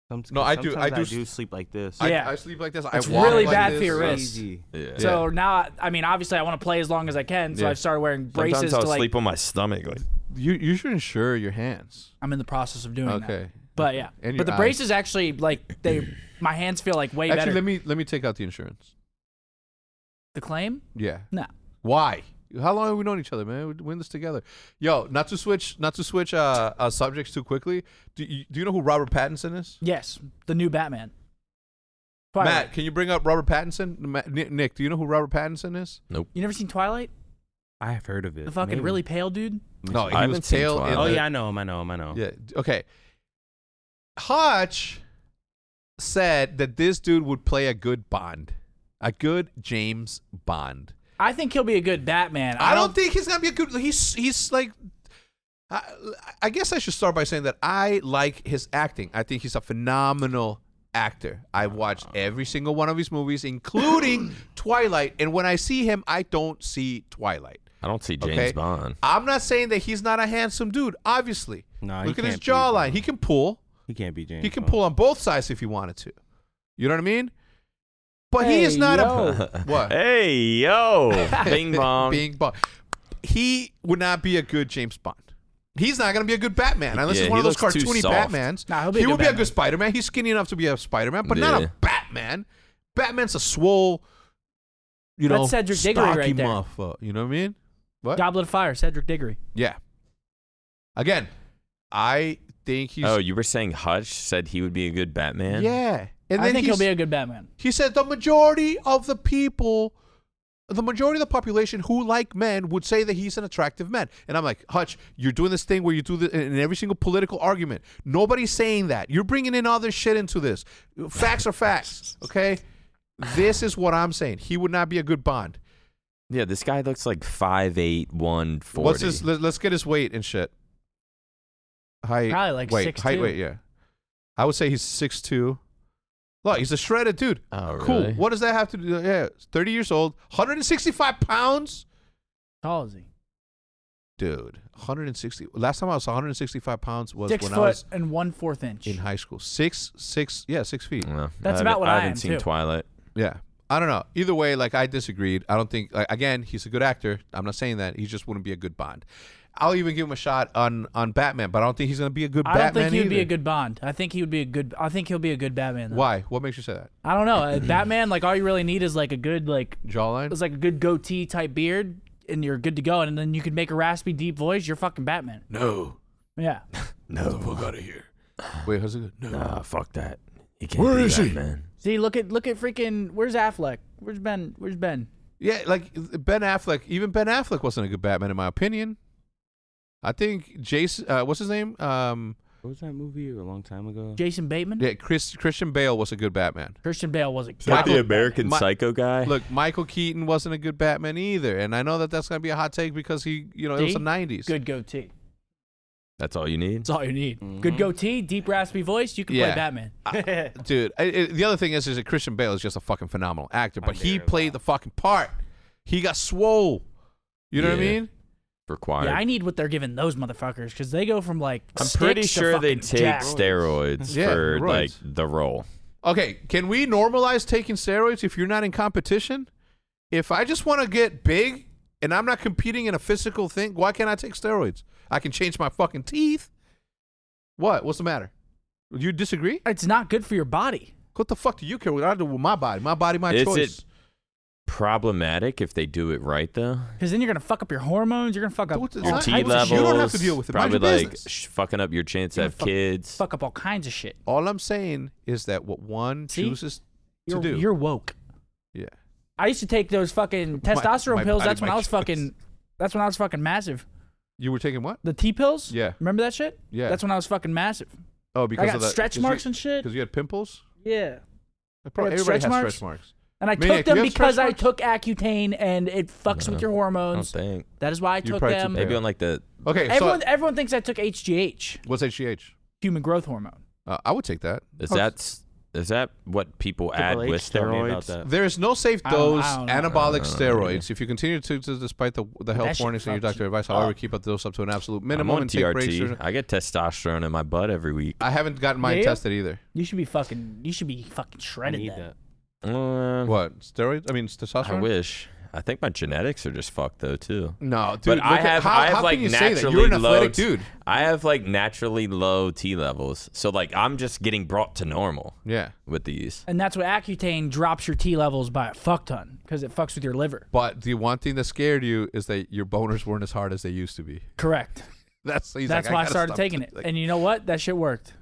Some- No, I do- I sometimes do I s- do sleep like this. I, Yeah. I sleep like this. It's I walk really like bad this. for your wrist. Crazy. Yeah. So now, I mean, obviously, I want to play as long as I can, so Yeah. I've started wearing braces Sometimes to I'll like. sleep on my stomach. Like, Uh, You you should insure your hands. I'm in the process of doing that. Okay. But yeah, And but your the eyes. braces actually like they, my hands feel like way Actually, better. let me let me take out the insurance. the claim? Yeah. No. Why? How long have we known each other, man? We're doing this together. Yo, not to switch, not to switch uh, uh subjects too quickly. Do you, do you know who Robert Pattinson is? Yes, the new Batman. Twilight. Matt, can you bring up Robert Pattinson? Ma- Nick, Nick, do you know who Robert Pattinson is? you never seen Twilight? I've heard of it. The fucking Maybe. really pale dude. No, I he was haven't seen pale. in Twilight. Oh the- yeah, I know him. I know him. I know. him. yeah. d- Okay. Hotch said that this dude would play a good Bond, a good James Bond. I think he'll be a good Batman. I don't think he's gonna be a good. He's he's like. I, I guess I should start by saying that I like his acting. I think he's a phenomenal actor. I've watched every single one of his movies, including Twilight. And when I see him, I don't see Twilight. I don't see James Okay. Bond. I'm not saying that he's not a handsome dude. Obviously, Nah, he look at his can't be, bro. jawline. He can pull. He can't be James. He can Bond. pull on both sides if he wanted to. You know what I mean? But he is Hey, not yo. a what? Hey yo, Bing Bong. Bing bong. He would not be a good James Bond. He's not going to be a good Batman unless Yeah, he's one of he those looks too cartoony soft. Batmans. Nah, he'll be he a would good be a Batman. good Spider Man. He's skinny enough to be a Spider Man, but not Yeah. a Batman. Batman's a swole, you know, That's Cedric Diggory stocky right there. motherfucker. You know what I mean? What? Goblet of Fire, Cedric Diggory. Yeah. Again, I think he's. Oh, you were saying Hutch said he would be a good Batman. yeah. And I then think he'll he's- be a good Batman. He said the majority of the people, the majority of the population who like men would say that he's an attractive man. And I'm like, Hutch, you're doing this thing where you do this in every single political argument. Nobody's saying that. You're bringing in other shit into this. Facts are facts, okay? This is what I'm saying. He would not be a good Bond. Yeah, this guy looks like five eight one forty. What's his? Let, us get his weight and shit. Height, Probably like weight, 6'2". height, weight. Yeah, I would say he's six two. Look, he's a shredded dude. Oh, cool. really? What does that have to do? Yeah, thirty years old, hundred and sixty five pounds, How tall is he? dude. Hundred and sixty. Last time I was one hundred and sixty five pounds was Six when foot I was and one fourth inch. in high school. Six, six, yeah, six feet. No, That's I about haven't- what I I haven't am, seen too. Twilight. Yeah, I don't know. Either way, like I disagreed. I don't think. Like, again, he's a good actor. I'm not saying that. He just wouldn't be a good Bond. I'll even give him a shot on on Batman, but I don't think he's gonna be a good I don't Batman think he would be either. a good Bond. I think he would be a good. I think he'll be a good Batman. Though. Why? What makes you say that? I don't know. Uh, Batman, like all you really need is like a good like Jawline. it's like a good goatee type beard, and you're good to go. And then you can make a raspy deep voice. You're fucking Batman. no. Yeah. No. out of here. Wait, how's it good? No. Nah, fuck that. He can't Where do is that, he? man. See, look at look at freaking. Where's Affleck? Where's Ben? Where's Ben? Yeah, like Ben Affleck. Even Ben Affleck wasn't a good Batman in my opinion. I think Jason. Uh, what's his name? Um, What was that movie a long time ago? Jason Bateman. yeah, Chris Christian Bale was a good Batman. Christian Bale was a Is that god. the American My- Psycho guy? Look, Michael Keaton wasn't a good Batman either, and I know that that's gonna be a hot take because he, you know, it was See? the '90s. good goatee. That's all you need. That's all you need. Mm-hmm. Good goatee, deep raspy voice. You can Yeah. play Batman. dude. I, I- the other thing is, is that Christian Bale is just a fucking phenomenal actor, but he Unbelievable. played the fucking part. He got swole. You know what I Yeah. mean? Required. Yeah, I need what they're giving those motherfuckers because they go from like. I'm pretty sticks to sure they fucking take jacked. steroids Yeah, for roids. like the role. Okay, can we normalize taking steroids if you're not in competition? If I just want to get big and I'm not competing in a physical thing, why can't I take steroids? I can change my fucking teeth. What? What's the matter? Do you disagree? It's not good for your body. What the fuck do you care? What I do with my body, my body, my Is choice. it Problematic if they do it right though. Because then you're gonna fuck up your hormones. You're gonna fuck up Dude, it's Your not- T I- levels. you don't have to deal with it. Mind Probably your like business. sh- fucking up your chance to You're have fuck- kids. fuck up all kinds of shit. All I'm saying is that what one See? chooses You're, to do. you're woke. yeah. I used to take those fucking testosterone my pills. body, That's when my I was choice. fucking. That's when I was fucking massive. You were taking what? The T pills. Yeah. Remember that shit? Yeah. That's when I was fucking massive. Oh, because got of the stretch marks and shit. Because you had pimples. Yeah. Probably, got everybody stretch has marks? stretch marks. And I took Maniac, do you them have because stretch I marks? took Accutane and it fucks No, with your I don't hormones. think. That is why I You took probably them. took- Maybe on like the Okay, everyone, so everyone thinks I took HGH, what's HGH? human growth hormone. Uh, I would take that. is Oh, that s- is that what people add Triple H with told me about steroids? that. There is no safe I don't- dose I don't know. anabolic I don't know. steroids. If you continue to, to despite the, the health shit Uh, warnings and your fucks doctor advice, you however, up. keep up those up to an absolute I'm minimum on and take breaks. TRT. during- I get testosterone in my butt every week. I haven't gotten mine Yeah? tested either. You should be fucking. You should be fucking I shredded. need Then. that. Uh, What steroids? I mean testosterone. I wish. I think my genetics are just fucked though too. No, dude. but I look at- have, how, I have how can like you say that? naturally You're an low. athletic dude. I have like naturally low T levels, so like I'm just getting brought to normal Yeah, with these. And that's what Accutane drops your T levels by a fuck ton because it fucks with your liver. but the one thing that scared you is that your boners weren't as hard as they used to be. Correct. That's he's That's like, why I gotta started stop taking doing it. that. And you know what? That shit worked.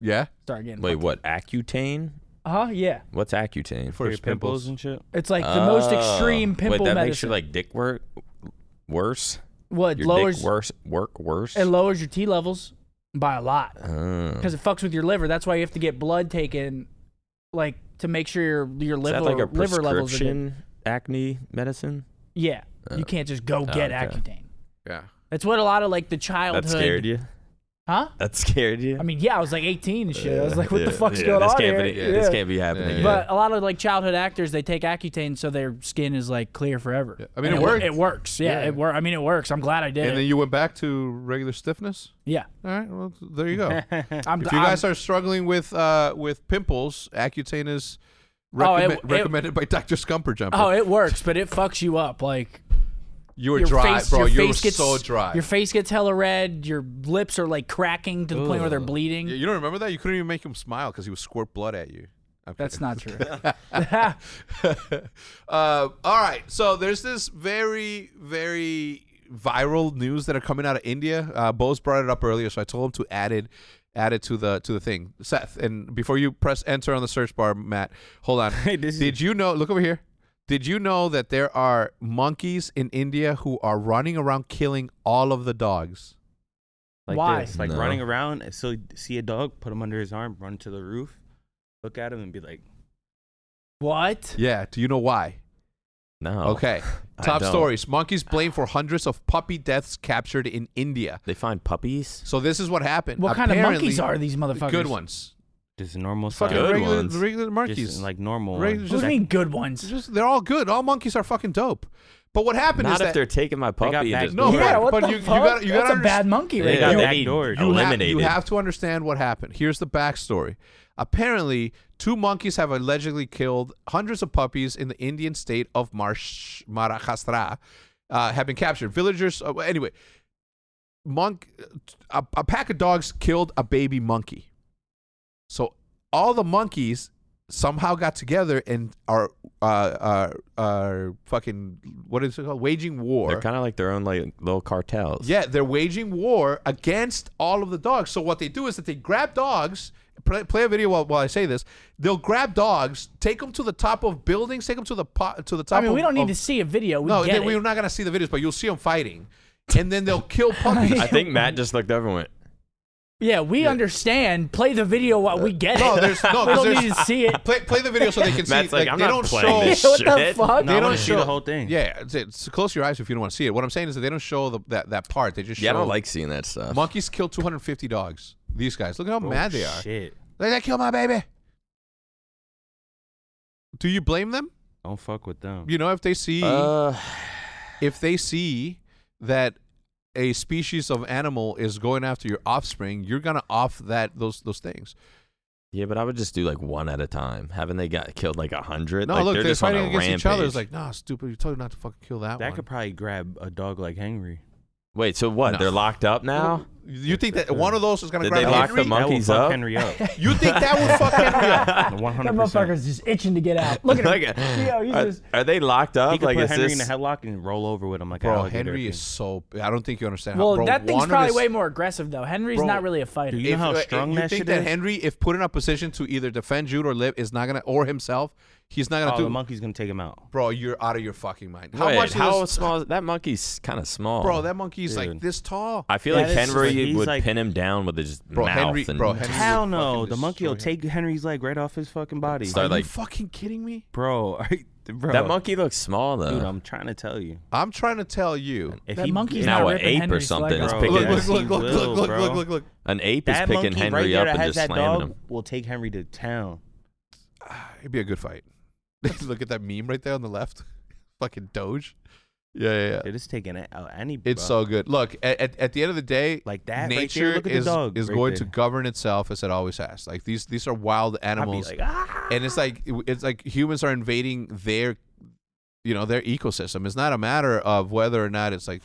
yeah, Start getting. Wait, what? Accutane? Uh huh. Yeah. What's Accutane? For your pimples and shit. It's like the most extreme Oh. pimple Wait, that medicine. makes your like dick work worse. what your lowers dick worse work worse. it lowers your T levels by a lot Oh. because it fucks with your liver. That's why you have to get blood taken, like to make sure your your Is liver that like a liver levels are good. prescription acne medicine? Yeah, you can't just go get okay. Accutane. yeah. That's what a lot of like the childhood. That scared you. huh? That scared you. I mean, yeah, I was like 18 and shit. I was Yeah, like, what the yeah, fuck's yeah, going this on can't here? Be, This can't be happening. Yeah. But a lot of like childhood actors, they take Accutane so their skin is like clear forever. I mean, And it worked. It works. Yeah, Yeah. it works. I mean, it works. I'm glad I did. And it. then you went back to regular stiffness. yeah, All right, well, there you go. I'm. If you I'm- guys are struggling with uh, with pimples, Accutane is recommend, Oh, it- it- recommended by Dr. Scumper Jumper. Oh, it works, but it fucks you up. Like you were dry, face, bro. your you face were gets so dry. Your face gets hella red. Your lips are like cracking to the point where they're bleeding. Yeah, you don't remember that? You couldn't even make him smile because he would squirt blood at you. I'm That's not true. kidding. uh, all right, so there's this very, very viral news that are coming out of India. Uh, Bose brought it up earlier, so I told him to add it. Add it to the to the thing, Seth. And before you press enter on the search bar, Matt, hold on. Hey, this is- Did you know? Look over here. Did you know that there are monkeys in India who are running around killing all of the dogs? Like Why? this, like No. running around. So see a dog, put him under his arm, run to the roof, look at him, and be like, what? Yeah. Do you know why? no. Oh, Okay. I Top don't. stories. Monkeys blamed for hundreds of puppy deaths captured in India. They find puppies. So this is what happened. What kind of Apparently- monkeys are these motherfuckers? Good ones. "Just normal Fucking Good size, regular, ones. regular monkeys. just like normal." Right, ones. What do Just- you mean good ones? Just- they're all good. All monkeys are fucking dope. But what happened Not is if that they're taking my got puppy. back and just, no, yeah, right, what but the you- you fuck? gotta- you That's gotta a bad underst- monkey right Yeah. now. got you- backdoored. you you, eliminated. Have, you have to understand what happened. Here's the backstory. Apparently, Two monkeys have allegedly killed hundreds of puppies in the Indian state of Marsh, Maharashtra. Uh, have been captured. Villagers. Uh, anyway, monk, a, a pack of dogs killed a baby monkey. So all the monkeys somehow got together and are uh, are are fucking what is it called? Waging war. They're kind of like their own like little cartels. Yeah, they're waging war against all of the dogs. So what they do is that they grab dogs. Play, play a video while, while I say this. They'll grab dogs, take them to the top of buildings, take them to the po- to the top. I mean, of, we don't need of- to see a video. We Oh. No, get they- it. we're not gonna see the videos, but you'll see them fighting, and then they'll kill puppies. I think Matt just looked over and went, yeah, we understand. Play the video while we get no, it. there's- no, we 'cause don't there's- need to see it. play play the video so they can see. Matt's like, I'm they not don't playing show. what this the shit. fuck? No, I don't want to see show- the whole thing. Yeah, it's, it's close your eyes if you don't want to see it. What I'm saying is that they don't show the, that that part. They just "Yeah, I show don't like seeing that stuff." monkeys kill 250 dogs. These guys, look at how Oh, mad they are. Shit. Like they killed my baby. Do you blame them? Don't fuck with them. You know, if they see Uh, if they see that a species of animal is going after your offspring, you're gonna off that those those things. yeah, but I would just do like one at a time. Haven't they got killed like a hundred? No, like, look, they're, they're, just on fighting a against rampage. each other. It's like, nah, stupid. You told you not to fucking kill that, that one. could probably grab a dog like Henry. Wait, so what? No. They're locked up now. you think that one of those is gonna Did grab they Henry? lock the That will monkeys fuck up? Henry up. You think that would fuck Henry up? One That hundred percent. motherfucker's just itching to get out. Look at him. Like, Yo, he's are, just- are they locked He up? could Like, put is Henry this? in a headlock and roll over with him like an Bro, alligator Henry thing. is so. I don't think you understand how. Well, bro, that thing's one of probably his- way more aggressive though. Henry's Bro, not really a fighter. do you know how uh, strong you that think shit that is? Henry, if put in a position to either defend you or live, is not gonna or himself, he's not gonna oh, do. the monkey's gonna take him out. Bro, you're out of your fucking mind. Wait, is how this- small? is- That monkey's kind of small. Bro, that monkey's like Dude. this tall. I feel like Yeah, this is like- Henry he's would like- pin him down with his Bro, mouth. Henry- and bro, Henry- Hell would no! fucking The monkey will destroy take Henry's leg right off his fucking body. Start, Are like- you fucking kidding me? bro, are you- bro. that monkey looks small though. dude. I'm trying to tell you. I'm trying to tell you. If That he, monkey's if- now not an ripping ape or Henry's something leg is off. picking. Look, Henry- look, look, look, look, look, look, look, look. An ape is that picking monkey right Henry there up that and has just that slamming dog him. will take Henry to town. Ah, It'd be a good fight. look at that meme right there on the left. fucking Doge. Yeah, yeah, yeah. It is taking it out any. It's bro. so good. Look, at, at, at the end of the day, Like that right there, nature look at the is, dog is right going to there. govern itself as it always has. Like these these are wild I'd be animals, like, ah! and it's like it's like humans are invading their, you know, their ecosystem. It's not a matter of whether or not it's like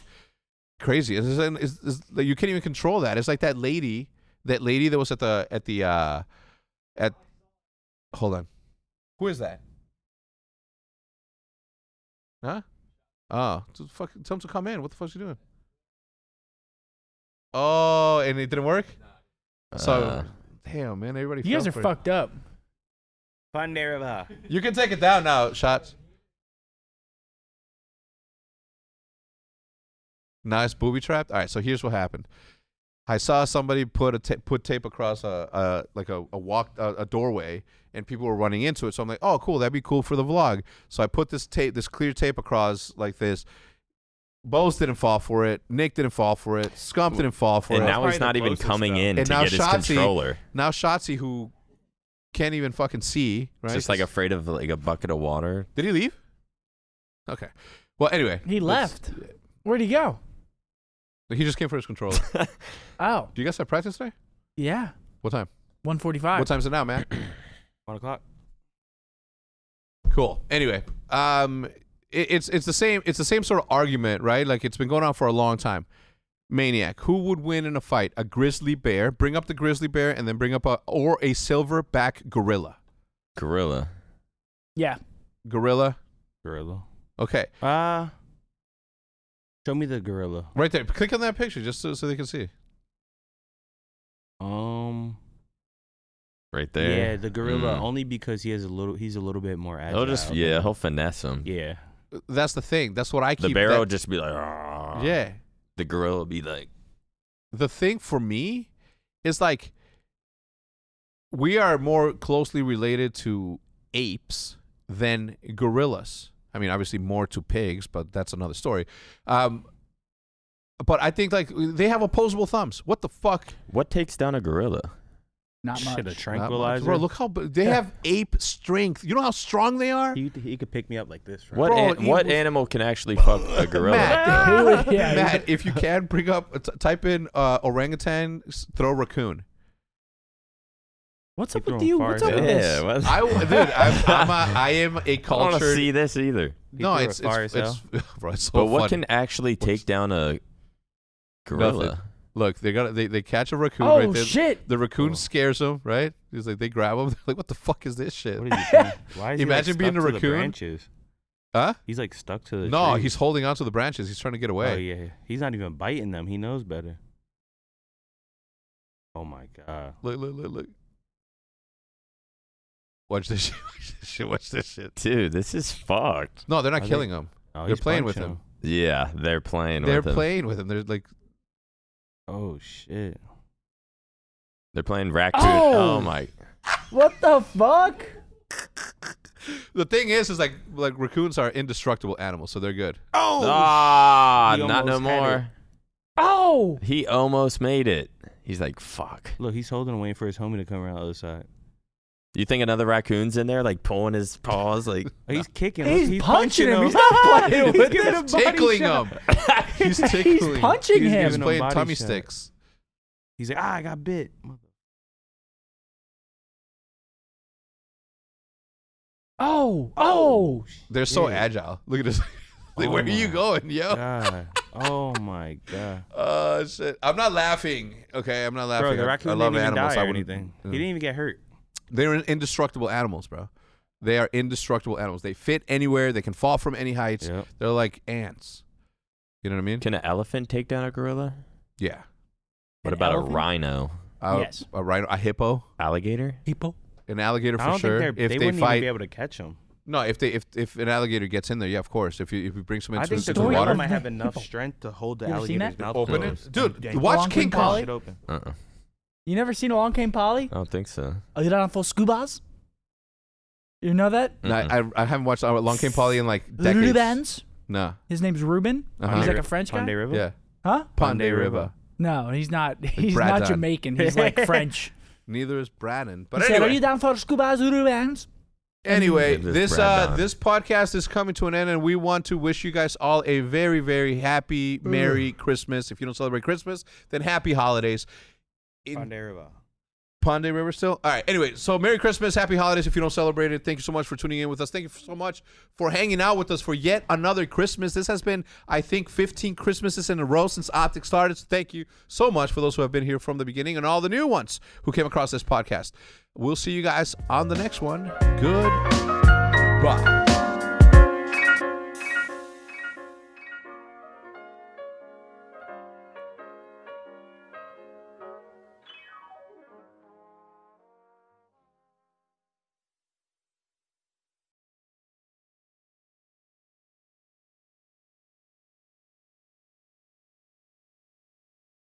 crazy. It's, it's, it's, it's- like, you can't even control that. It's like that lady, that lady that was at the at the uh, at. Hold on, who is that? Huh? Oh, just fucking tell him to come in. What the fuck's she doing? Oh, and it didn't work. So, Uh, damn, man, everybody. You guys fell are for it. fucked up. Pandera. You can take it down now, shots. Nice booby trapped. All right, so here's what happened. I saw somebody put a ta- put tape across a, a like a, a walk a, a doorway, and people were running into it. So I'm like, oh, cool, that'd be cool for the vlog. So I put this tape, this clear tape across like this. Bose didn't fall for it. Nick didn't fall for it. Scump didn't fall for and it. now probably he's the not even closest, coming though. in And to now get his Shotzi- controller. now Shotzi, who can't even fucking see, right? Just like afraid of like a bucket of water. Did he leave? Okay. Well, anyway, He let's- left. Where'd he go? He just came for his controller. Oh, Do you guys have practice today? yeah, What time? one forty-five. What time is it now, man? One o'clock. cool. Anyway, um, it, it's it's the same it's the same sort of argument, right? Like it's been going on for a long time. Maniac, who would win in a fight? A grizzly bear? Bring up the grizzly bear, and then bring up a or a silverback gorilla. Gorilla. Yeah, Gorilla. Gorilla. Okay, Ah. show me the gorilla. right there. Click on that picture just so, so they can see. Um. Right there. Yeah, the gorilla Mm. only because he has a little. He's a little bit more agile. He'll just yeah, he'll finesse him. Yeah. That's the thing. That's what I keep. The bear will that- just be like, "Argh." yeah. The gorilla will be like, the thing for me is like we are more closely related to apes than gorillas. I mean, obviously more to pigs, but that's another story. Um, but I think like they have opposable thumbs. What the fuck? what takes down a gorilla? not much. Shit, a Not much. tranquilizer. Bro, look how b- they have ape strength. You know how strong they are. He, he could pick me up like this. Right? What Bro, an- he what was- animal can actually fuck a gorilla? Matt, He would- yeah, he Matt, if you can bring up, t- type in uh, orangutan s- throw raccoon. What's Keep up with throwing you? What's fires up at with it. this? what- I, w- dude, I'm, I'm a, I am a I don't want to cultured. see this either. no, threw a it's fire it's, it's, bro, it's so but what funny. can actually take down a gorilla? Nothing. Look, they got they, they catch a raccoon Oh right there. shit! The raccoon Oh. scares him, right? He's like they grab him. They're like, what the fuck is this shit? What is he doing? Why is he, like, Imagine being stuck a to the raccoon. branches? huh? He's like stuck to the No, tree. he's holding onto the branches. He's trying to get away. Oh yeah, he's not even biting them. He knows better. Oh my god. Look, look, look, look. Watch this shit. Watch this shit. Watch this shit. Dude, this is fucked. No, they're not Are they- killing him. Oh, They're he's playing with punching him. Yeah, they're playing. They're with him. playing with him. They're like, Oh shit. They're playing raccoon. Oh! oh my. What the fuck? the thing is, is like, like raccoons are indestructible animals, so they're good. Oh! Ah, He not no almost had more. Oh! He almost made it. He's like, fuck. Look, he's holding away for his homie to come around the other side. You think another raccoon's in there, like pulling his paws, like Oh, he's kicking. Look, He's, punching him. He's him. not playing He's with giving him. him body Tickling shot. him. He's tickling. He's punching He's him. He's giving him playing body tummy shot. sticks. He's like, ah, I got bit. Oh! Oh! They're so shit. agile. Look at this. like, Oh where are you my going, yo? God. Oh my god. Uh, shit. I'm not laughing. Okay, I'm not laughing. Bro, the I- raccoon I love didn't even animals. die I or wouldn't- anything. Yeah. He didn't even get hurt. They're indestructible animals, bro. They are indestructible animals. They fit anywhere. They can fall from any heights. Yep. They're like ants. You know what I mean? Can an elephant take down a gorilla? Yeah. What An about elephant? a rhino? A, Yes. A rhino, a hippo, Alligator? People. an alligator for I don't sure. think they're, if they, they, wouldn't fight, even be able to catch him. no, if they if if an alligator gets in there, yeah, of course. If you if you bring some I into, think the into the story water, gorilla of might my- have enough People. strength to hold the You ever seen alligator's that? mouth open closed. it, dude. Dang. Watch Along King with Pop Kong. Polly. it open. Uh uh You never seen Along Came Polly? I don't think so. Oh, you don't scubas? You know that? No, I, I I haven't watched uh, Long King Polly in like decades. Rubens. No. His name's Ruben. Uh-huh. He's like a River- French guy. Pondé River? Yeah. Huh? Pond Pondé River. River. No, he's not. He's Brad not Dodd. Jamaican. He's like French. Neither is Braden. But he said, "Are anyway, you down for scubas, Rubens?" Anyway, This is this Brad uh, Dodd. this podcast is coming to an end, and we want to wish you guys all a very, very happy, Mm. merry Christmas. If you don't celebrate Christmas, then happy holidays. In Pondé River. Pondé River still. All right. Anyway, so Merry Christmas, Happy Holidays. If you don't celebrate it, thank you so much for tuning in with us. Thank you so much for hanging out with us for yet another Christmas. This has been, I think, 15 Christmases in a row since Optic started. So thank you so much for those who have been here from the beginning and all the new ones who came across this podcast. We'll see you guys on the next one. Good. Bye.